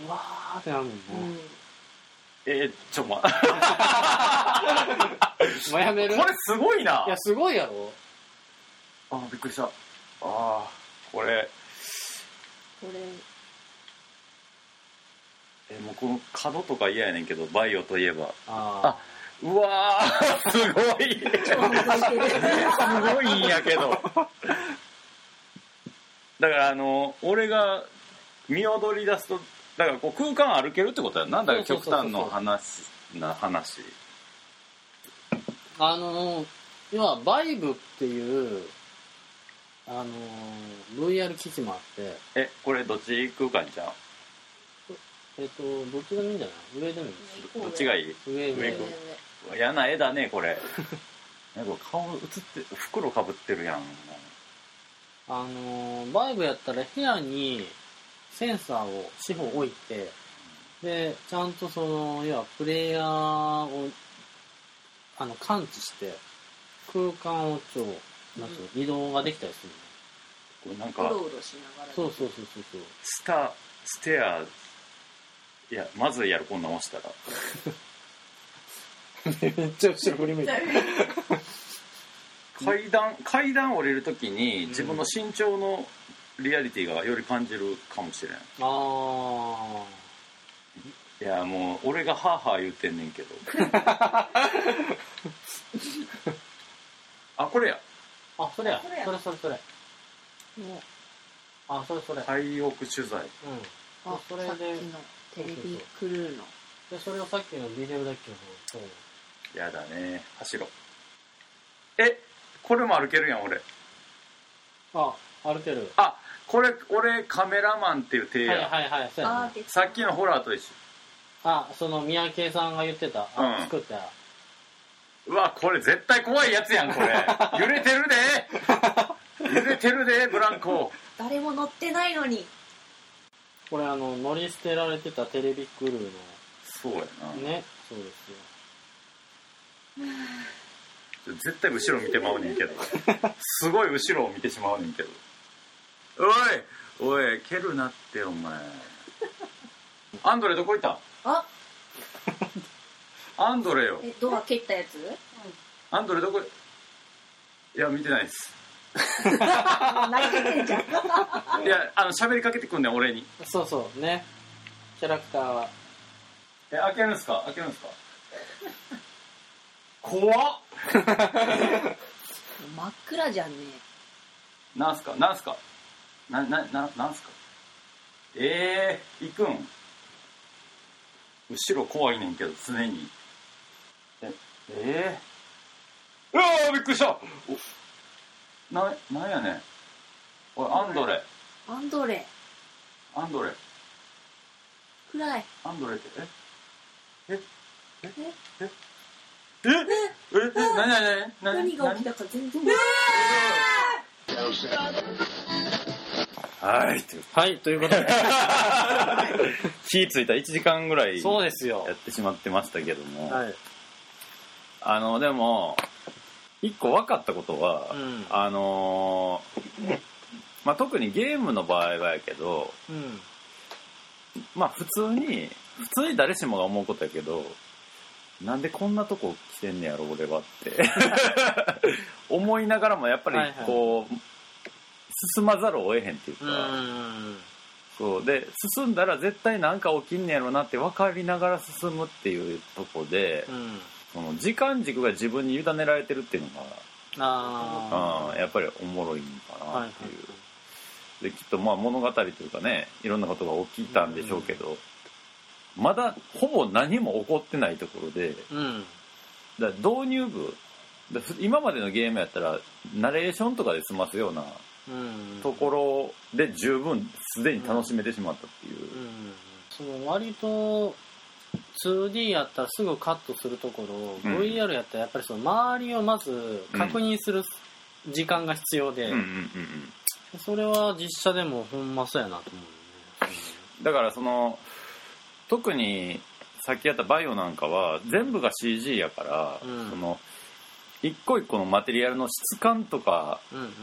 Speaker 1: うわーってなるもんね。
Speaker 2: えー、ちょまこ
Speaker 1: もうやめる
Speaker 2: れすごいない
Speaker 1: や、すごいやろ
Speaker 2: あーびっくりしたああーこれ
Speaker 4: これ、
Speaker 2: えーもうこの角とか嫌やねんけどバイオといえば
Speaker 1: あ
Speaker 2: うわーすごい すごいんやけどだからあの俺が見踊り出すとだからこう空間歩けるってことやなだから
Speaker 1: そう
Speaker 2: 極
Speaker 1: そうそうそ
Speaker 2: 端
Speaker 1: う
Speaker 2: の話な話
Speaker 1: あのー、要は、バイブっていう、あのー、VR 機器もあって、
Speaker 2: えこれどっち空間じゃん
Speaker 1: えっと、どっちでもいいんじゃない上でもいい
Speaker 2: どどっちがいい
Speaker 1: 上
Speaker 2: 上
Speaker 1: 上
Speaker 2: 行く嫌な絵だねこ れなんか顔映って袋かぶってるやん
Speaker 1: あのー、バイブやったら部屋にセンサーを四方置いて、で、ちゃんとその、要はプレイヤーを、あの、感知して、空間をちょ、なんつうの、移動ができたりする
Speaker 2: これなん
Speaker 4: う
Speaker 2: か
Speaker 4: ろうろしながら。
Speaker 1: の。そうそうそうそうそう。
Speaker 2: スタステアいやまずいやろこんなん押したら
Speaker 1: めっちゃ後ろ振り向いて。
Speaker 2: 階段階段降りるときに
Speaker 1: ん
Speaker 2: 自分の身長のリアリティがより感じるかもしれん
Speaker 1: あー。
Speaker 2: いやもう俺がハーハー言ってんねんけど あこれや
Speaker 1: あ、それや
Speaker 3: それ。や
Speaker 1: それそれそれ。
Speaker 4: もう
Speaker 1: あ、それそれ。うん。
Speaker 2: 廃屋取材
Speaker 4: あ、
Speaker 1: それで
Speaker 4: さっきのテレビクルーの。
Speaker 1: で、それをさっきのビデオだけど、そう。
Speaker 2: やだね走ろうえこれも歩けるやん俺
Speaker 1: あ、歩ける。
Speaker 2: あこれ俺カメラマンっていう体や、
Speaker 1: はいはいはい、そうやね
Speaker 4: あー、で
Speaker 2: さっきのホラーと一緒
Speaker 1: あ、その三宅さんが言ってた、あ
Speaker 2: うん
Speaker 1: 作った。
Speaker 2: うわこれ絶対怖いやつやんこれ 揺れてるで揺れてるでブランコ
Speaker 4: 誰も乗ってないのに。
Speaker 1: これあの、乗り捨てられてたテレビクルー
Speaker 2: そうやな、
Speaker 1: の、ね、そうですよ。
Speaker 2: 絶対後ろ見てまうねんけどすごい後ろを見てしまうねんけどおいおい蹴るなってお前アンドレどこ行った
Speaker 4: あ、
Speaker 2: アンドレよ
Speaker 4: え、ドア蹴ったやつ
Speaker 2: アンドレどこいや見てないです
Speaker 4: 泣けてんじゃん。
Speaker 2: いやあの喋りかけてくんねん俺に
Speaker 1: そうそう、ね。キャラクターは。
Speaker 2: え開けるんすか開けるんす か怖っ
Speaker 4: 真っ暗じゃんね。
Speaker 2: なんすかなんすかななななんすかええ行くん後ろ怖いねんけど常にええー、うわーびっくりしたおななんやねんおいアンドレ
Speaker 4: アンドレ、
Speaker 2: アンドレ
Speaker 4: 暗い。
Speaker 2: アンドレってえええ
Speaker 4: え
Speaker 2: えええええ何何何
Speaker 4: 何が起き
Speaker 2: 何
Speaker 4: たか全然わかんない。
Speaker 2: はい っていう
Speaker 1: はい、ということで。
Speaker 2: 火ついた1時間ぐらい
Speaker 1: そうですよ
Speaker 2: や。ってしまってましたけども、
Speaker 1: はい。
Speaker 2: あのでも一個分かったことは、
Speaker 1: うん
Speaker 2: あのーまあ、特にゲームの場合はやけど
Speaker 1: うん。
Speaker 2: まあ普通に普通に誰しもが思うことやけどなんでこんなとこ来てんねやろ俺はって思いながらもやっぱり
Speaker 1: はいはい
Speaker 2: こう、進まざるを得へんっていう
Speaker 1: う
Speaker 2: か、
Speaker 1: ん。
Speaker 2: そうで進んだら絶対なんか起きんねやろなって分かりながら進むっていうとこで、
Speaker 1: うん。
Speaker 2: その時間軸が自分に委ねられてるっていうの
Speaker 1: あ
Speaker 2: が、うん、やっぱりおもろいんか
Speaker 1: あ。は
Speaker 2: ないっていう、できっとまあ物語というかねいろんなことが起きたんでしょうけど、まだほぼ何も起こってないところで
Speaker 1: はい。うん。
Speaker 2: だから導入部だから今までのゲームやったらナレーションとかで済ますような
Speaker 1: うん。
Speaker 2: ところで十分すでに楽しめてしまったっていう。
Speaker 1: うん。その割と 2D やったらすぐカットするところ、を
Speaker 2: うん
Speaker 1: VR やったらやっぱりその周りをまず確認する時間が必要で、
Speaker 2: うんうんうんうん
Speaker 1: それは実写でもほんまそうやなと思うね。
Speaker 2: だからその特にさっきやったバイオなんかは全部が CG やから、
Speaker 1: うん
Speaker 2: その一個一個のマテリアルの質感とか
Speaker 1: うんうんうん。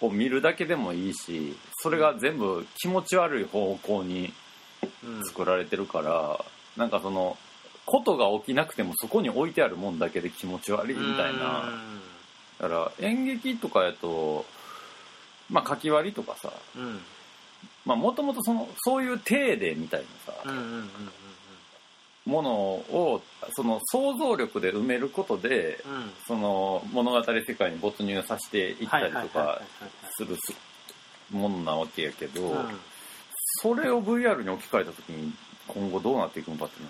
Speaker 2: を見るだけでもいいしそれが全部気持ち悪い方向に
Speaker 1: うん
Speaker 2: 作られてるから、なんかそのことが起きなくてもそこに置いてあるもんだけで気持ち悪いみたいな、だから演劇とかやとまあ書き割りとかさ
Speaker 1: うんうん
Speaker 2: まあもともとそのそういう体でみたいなさ、
Speaker 1: うんうんうんうん
Speaker 2: ものをその想像力で埋めることで
Speaker 1: うんうん
Speaker 2: その物語世界に没入させていったりとかするものなわけやけど、
Speaker 1: うんだか
Speaker 2: それを VR に置き換えた時に今後どうなっていくのかっていう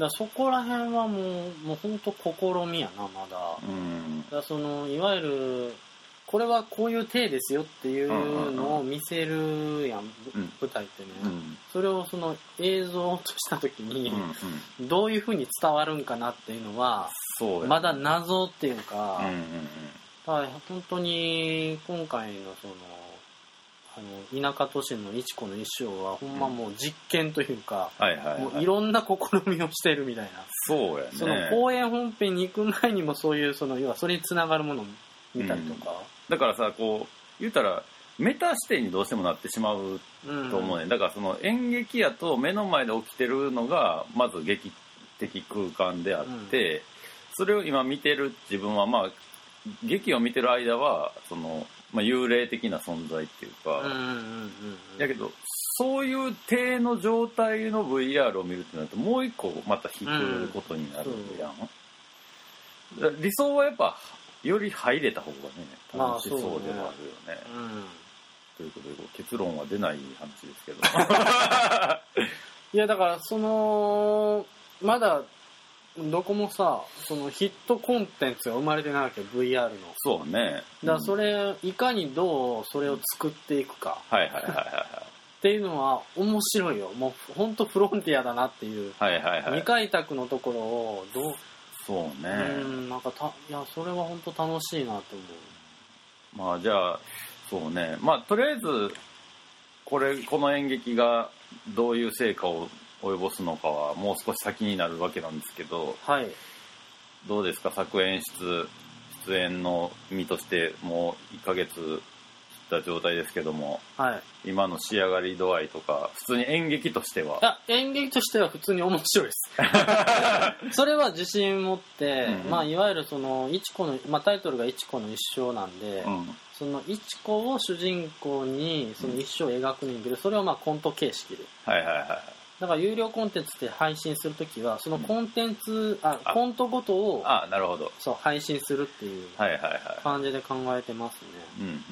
Speaker 2: のは
Speaker 1: らそこら辺はもうもう本当試みやなまだ、
Speaker 2: ちょっとうん
Speaker 1: だからそのいわゆるこれはこういう体ですよっていうのを見せるやん、
Speaker 2: うん
Speaker 1: 舞台ってね、
Speaker 2: うん
Speaker 1: それをその映像とした時
Speaker 2: うん
Speaker 1: に
Speaker 2: うん
Speaker 1: どういうふうに伝わるんかなっていうのは
Speaker 2: そうや
Speaker 1: まだ謎っていうか、
Speaker 2: うんうん
Speaker 1: はい、本当に今回のそのあの田舎都市の一子の衣装はほんまもう実験というか、
Speaker 2: うんはいはい、
Speaker 1: も
Speaker 2: は
Speaker 1: うい
Speaker 2: い、
Speaker 1: ろんな試みをしてるみたいな、
Speaker 2: そうやね
Speaker 1: その公演本編に行く前にもそういうその要はそれにつながるものを見たりとか、
Speaker 2: だからさこう言うたらメタ視点にどうしてもなってしまう
Speaker 1: うん
Speaker 2: と思うね、だからその演劇やと目の前で起きてるのがまず劇的空間であって、それを今見てる自分はまあ劇を見てる間はその、まあ、幽霊的な存在っていうか、
Speaker 1: うんうんうんうんうん
Speaker 2: やけどそういう体の状態の VR を見るってなるともう一個また引くことになるやん、だから理想はやっぱより入れた方がね
Speaker 1: まあ
Speaker 2: 楽しそうではあるよね,、
Speaker 1: うん
Speaker 2: ということでこう結論は出ない話です けど
Speaker 1: いやだからそのまだどこもさそのヒットコンテンツが生まれてないわけ VR の
Speaker 2: そうね。
Speaker 1: だからそ
Speaker 2: れ、
Speaker 1: れいかにどうそれを作っていくか
Speaker 2: はいはいはい
Speaker 1: っていうのは面白いよもうほんとフロンティアだなっていう、
Speaker 2: はいはい。はいはいは
Speaker 1: 未
Speaker 2: い。
Speaker 1: 開拓のところをどう、
Speaker 2: そう
Speaker 1: う
Speaker 2: ね。
Speaker 1: んなんかたいやそれは本当楽しいなと思
Speaker 2: まあじゃあ、そうね。まあとりあえず、これ、この演劇がどういう成果を及ぼすのかはもう少し先になるわけなんですけど、
Speaker 1: うはい
Speaker 2: どうですか作演出、出演の身としてもう1ヶ月切った状態ですけども、
Speaker 1: はい
Speaker 2: 今の仕上がり度合いとか、普通に演劇として
Speaker 1: い
Speaker 2: は。
Speaker 1: や演劇としては普通に面白いです それは自信持って、
Speaker 2: うん
Speaker 1: まあ、いわゆるその一子の、まあ、タイトルが「一子の一生」なんで、
Speaker 2: うん。
Speaker 1: その一子を主人公にその一生を描くねんだけどそれをまあコント形式で
Speaker 2: はいはいはい。
Speaker 1: だから有料コンテンツで配信するときはそのコンテンツあ
Speaker 2: あ
Speaker 1: コントごとを
Speaker 2: あ、なるほど。
Speaker 1: そう配信するっていう
Speaker 2: はいはいは
Speaker 1: 感じで考えてますね、
Speaker 2: い。うんうんうん。
Speaker 1: うん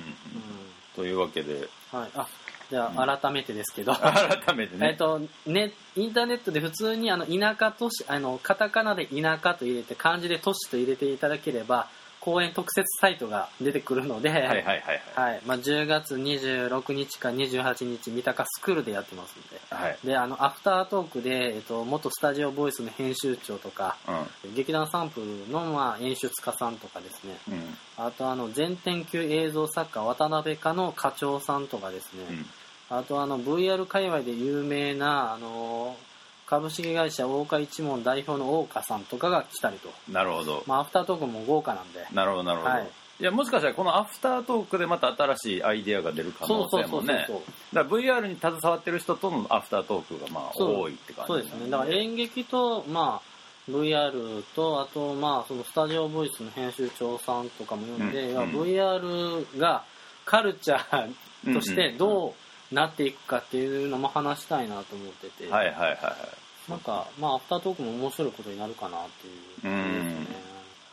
Speaker 2: というわけで、
Speaker 1: はい、あじゃ
Speaker 2: う
Speaker 1: あ改めてで すけど
Speaker 2: 改めて
Speaker 1: えっ
Speaker 2: ね、
Speaker 1: とねインターネットで普通にあの田舎都市あのカタカナで田舎と入れて漢字で都市と入れていただければ公演特設サイトが出てくるので、
Speaker 2: はいはいはいはい、
Speaker 1: はいまあ、10月26日か28日三鷹スクールでやってますんで
Speaker 2: はい
Speaker 1: であのアフタートークで、えっと、元スタジオボイスの編集長とか劇団サンプルの、まあ、演出家さんとかですね
Speaker 2: うんうん
Speaker 1: あとあの全天級映像作家渡辺家の課長さんとかですね、
Speaker 2: うん
Speaker 1: あとあの VR 界隈で有名なあの株式会社大岡一門代表の大岡さんとかが来たりと、
Speaker 2: なるほど、
Speaker 1: まあ、アフタートークも豪華なんで
Speaker 2: なるほどなるほど、
Speaker 1: はい
Speaker 2: い、やもしかしたらこのアフタートークでまた新しいアイデアが出る可
Speaker 1: そう
Speaker 2: 能
Speaker 1: そう
Speaker 2: 性
Speaker 1: そ
Speaker 2: も
Speaker 1: うそう
Speaker 2: ねだから VR に携わってる人とのアフタートークがまあ
Speaker 1: そう
Speaker 2: 多いって感じ
Speaker 1: そうですねだから演劇と、まあ、VR とあと、まあ、そのスタジオボイスの編集長さんとかも呼んで、
Speaker 2: うん
Speaker 1: 要は
Speaker 2: うん
Speaker 1: VR がカルチャー
Speaker 2: うん
Speaker 1: としてどうなっていくかっていうのも話したいなと思ってて、
Speaker 2: はいはいはい
Speaker 1: なんか、まあ、アフタートークも面白いことになるかなっていう感じですね。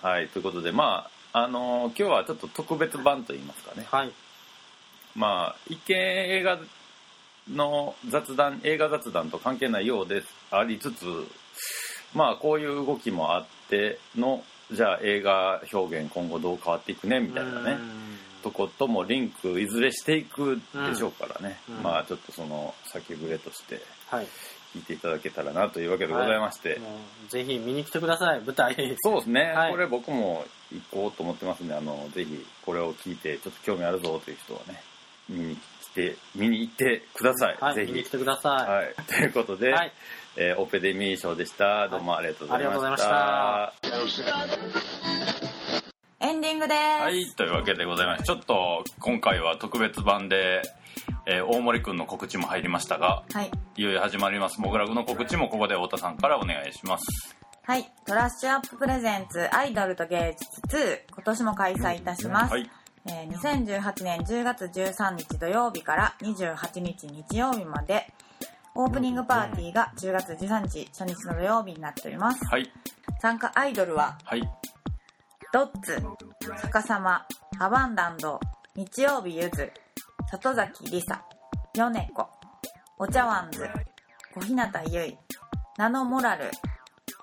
Speaker 2: はいはいということでまああのー今日はちょっと特別版といいますかね
Speaker 1: はい。
Speaker 2: まあ一見映画の雑談映画雑談と関係ないようでありつつまあこういう動きもあってのじゃあ映画表現今後どう変わっていくねみたいなね
Speaker 1: うん
Speaker 2: とこともリンクいずれしていくでしょうからね、
Speaker 1: うんうん
Speaker 2: まあちょっとその先触れとして
Speaker 1: はい。
Speaker 2: 聞いていただけたらなというわけでございまして、
Speaker 1: もうぜひ見に来てください、舞台。
Speaker 2: そうですね、
Speaker 1: はい
Speaker 2: これ僕も行こうと思ってますんであのぜひこれを聞いてちょっと興味あるぞという人はね見に来て見に行ってください、
Speaker 1: はい、
Speaker 2: ぜ
Speaker 1: 見に
Speaker 2: ひ
Speaker 1: 来てくださ
Speaker 2: はい、 ということ
Speaker 1: い。
Speaker 2: で、
Speaker 1: はい。
Speaker 2: えーオペデミー賞でしたどうもありがとうございました、
Speaker 1: ありがとうございま
Speaker 5: エンディングで
Speaker 2: は
Speaker 5: ーす。
Speaker 2: い、というわけでございます。ちょっと今回は特別版で、えー大森くんの告知も入りましたが、
Speaker 5: はい。
Speaker 2: いよいよ始まります。モグラグの告知もここで太田さんからお願いします。
Speaker 5: はい。トラッシュアッププレゼンツアイドルと芸術2、今年も開催いたします。
Speaker 2: はい。
Speaker 5: えー2018年10月13日土曜日から28日日曜日まで、オープニングパーティーが10月13日初日の土曜日になっております。
Speaker 2: はい。
Speaker 5: 参加アイドルは、
Speaker 2: はい。
Speaker 5: ドッツ、逆さま、アバンダンド、日曜日ゆず、里崎りさ、ヨネコ、お茶碗ず、小日向ゆい、ナノモラル、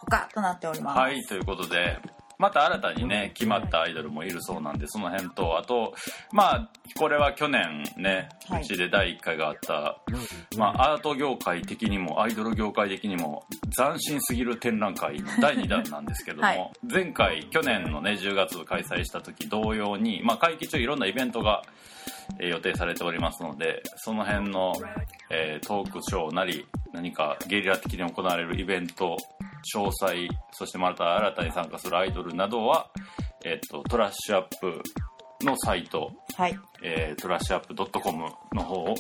Speaker 5: 他となっております。
Speaker 2: はい、ということで、また新たにね、決まったアイドルもいるそうなんで、その辺と、あと、まあ、これは去年ね、
Speaker 5: はいう
Speaker 2: ちで第1回があった、まあ、アート業界的にも、アイドル業界的にも、斬新すぎる展覧会の第2弾なんですけども、
Speaker 5: はい
Speaker 2: 前回、去年のね、10月開催した時同様に、まあ、会期中いろんなイベントが、えー予定されておりますので、その辺の、えートークショーなり、何かゲリラ的に行われるイベント、詳細、そしてまた新たに参加するアイドルなどは、えっと、トラッシュアップのサイト、
Speaker 5: はい。
Speaker 2: えートラッシュアップ .com の方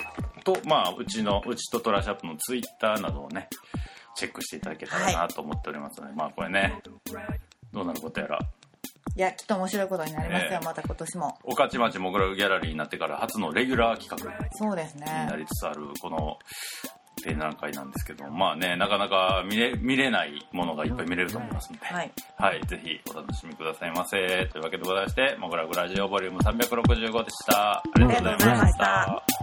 Speaker 2: と、まあ、うちの、うちとトラッシュアップのツイッターなどをね、チェックしていただけたらなと思っておりますので、まあ、これね、どうなることやら、
Speaker 5: いや、きっと面白いことになりますよ、
Speaker 2: ええ
Speaker 5: また今年も。
Speaker 2: 御徒町モグラギャラリーになってから初のレギュラー企画
Speaker 5: そうです
Speaker 2: に
Speaker 5: ね
Speaker 2: な。りつつあるこの展覧会なんですけどもまあねなかなか見れ見れないものがいっぱい見れると思いますので、
Speaker 5: はい。
Speaker 2: はい、ぜひお楽しみくださいませというわけでございまして「モグラグラジオボリューム365でしたありがとうございま
Speaker 5: ありがとうございま
Speaker 2: し
Speaker 5: したた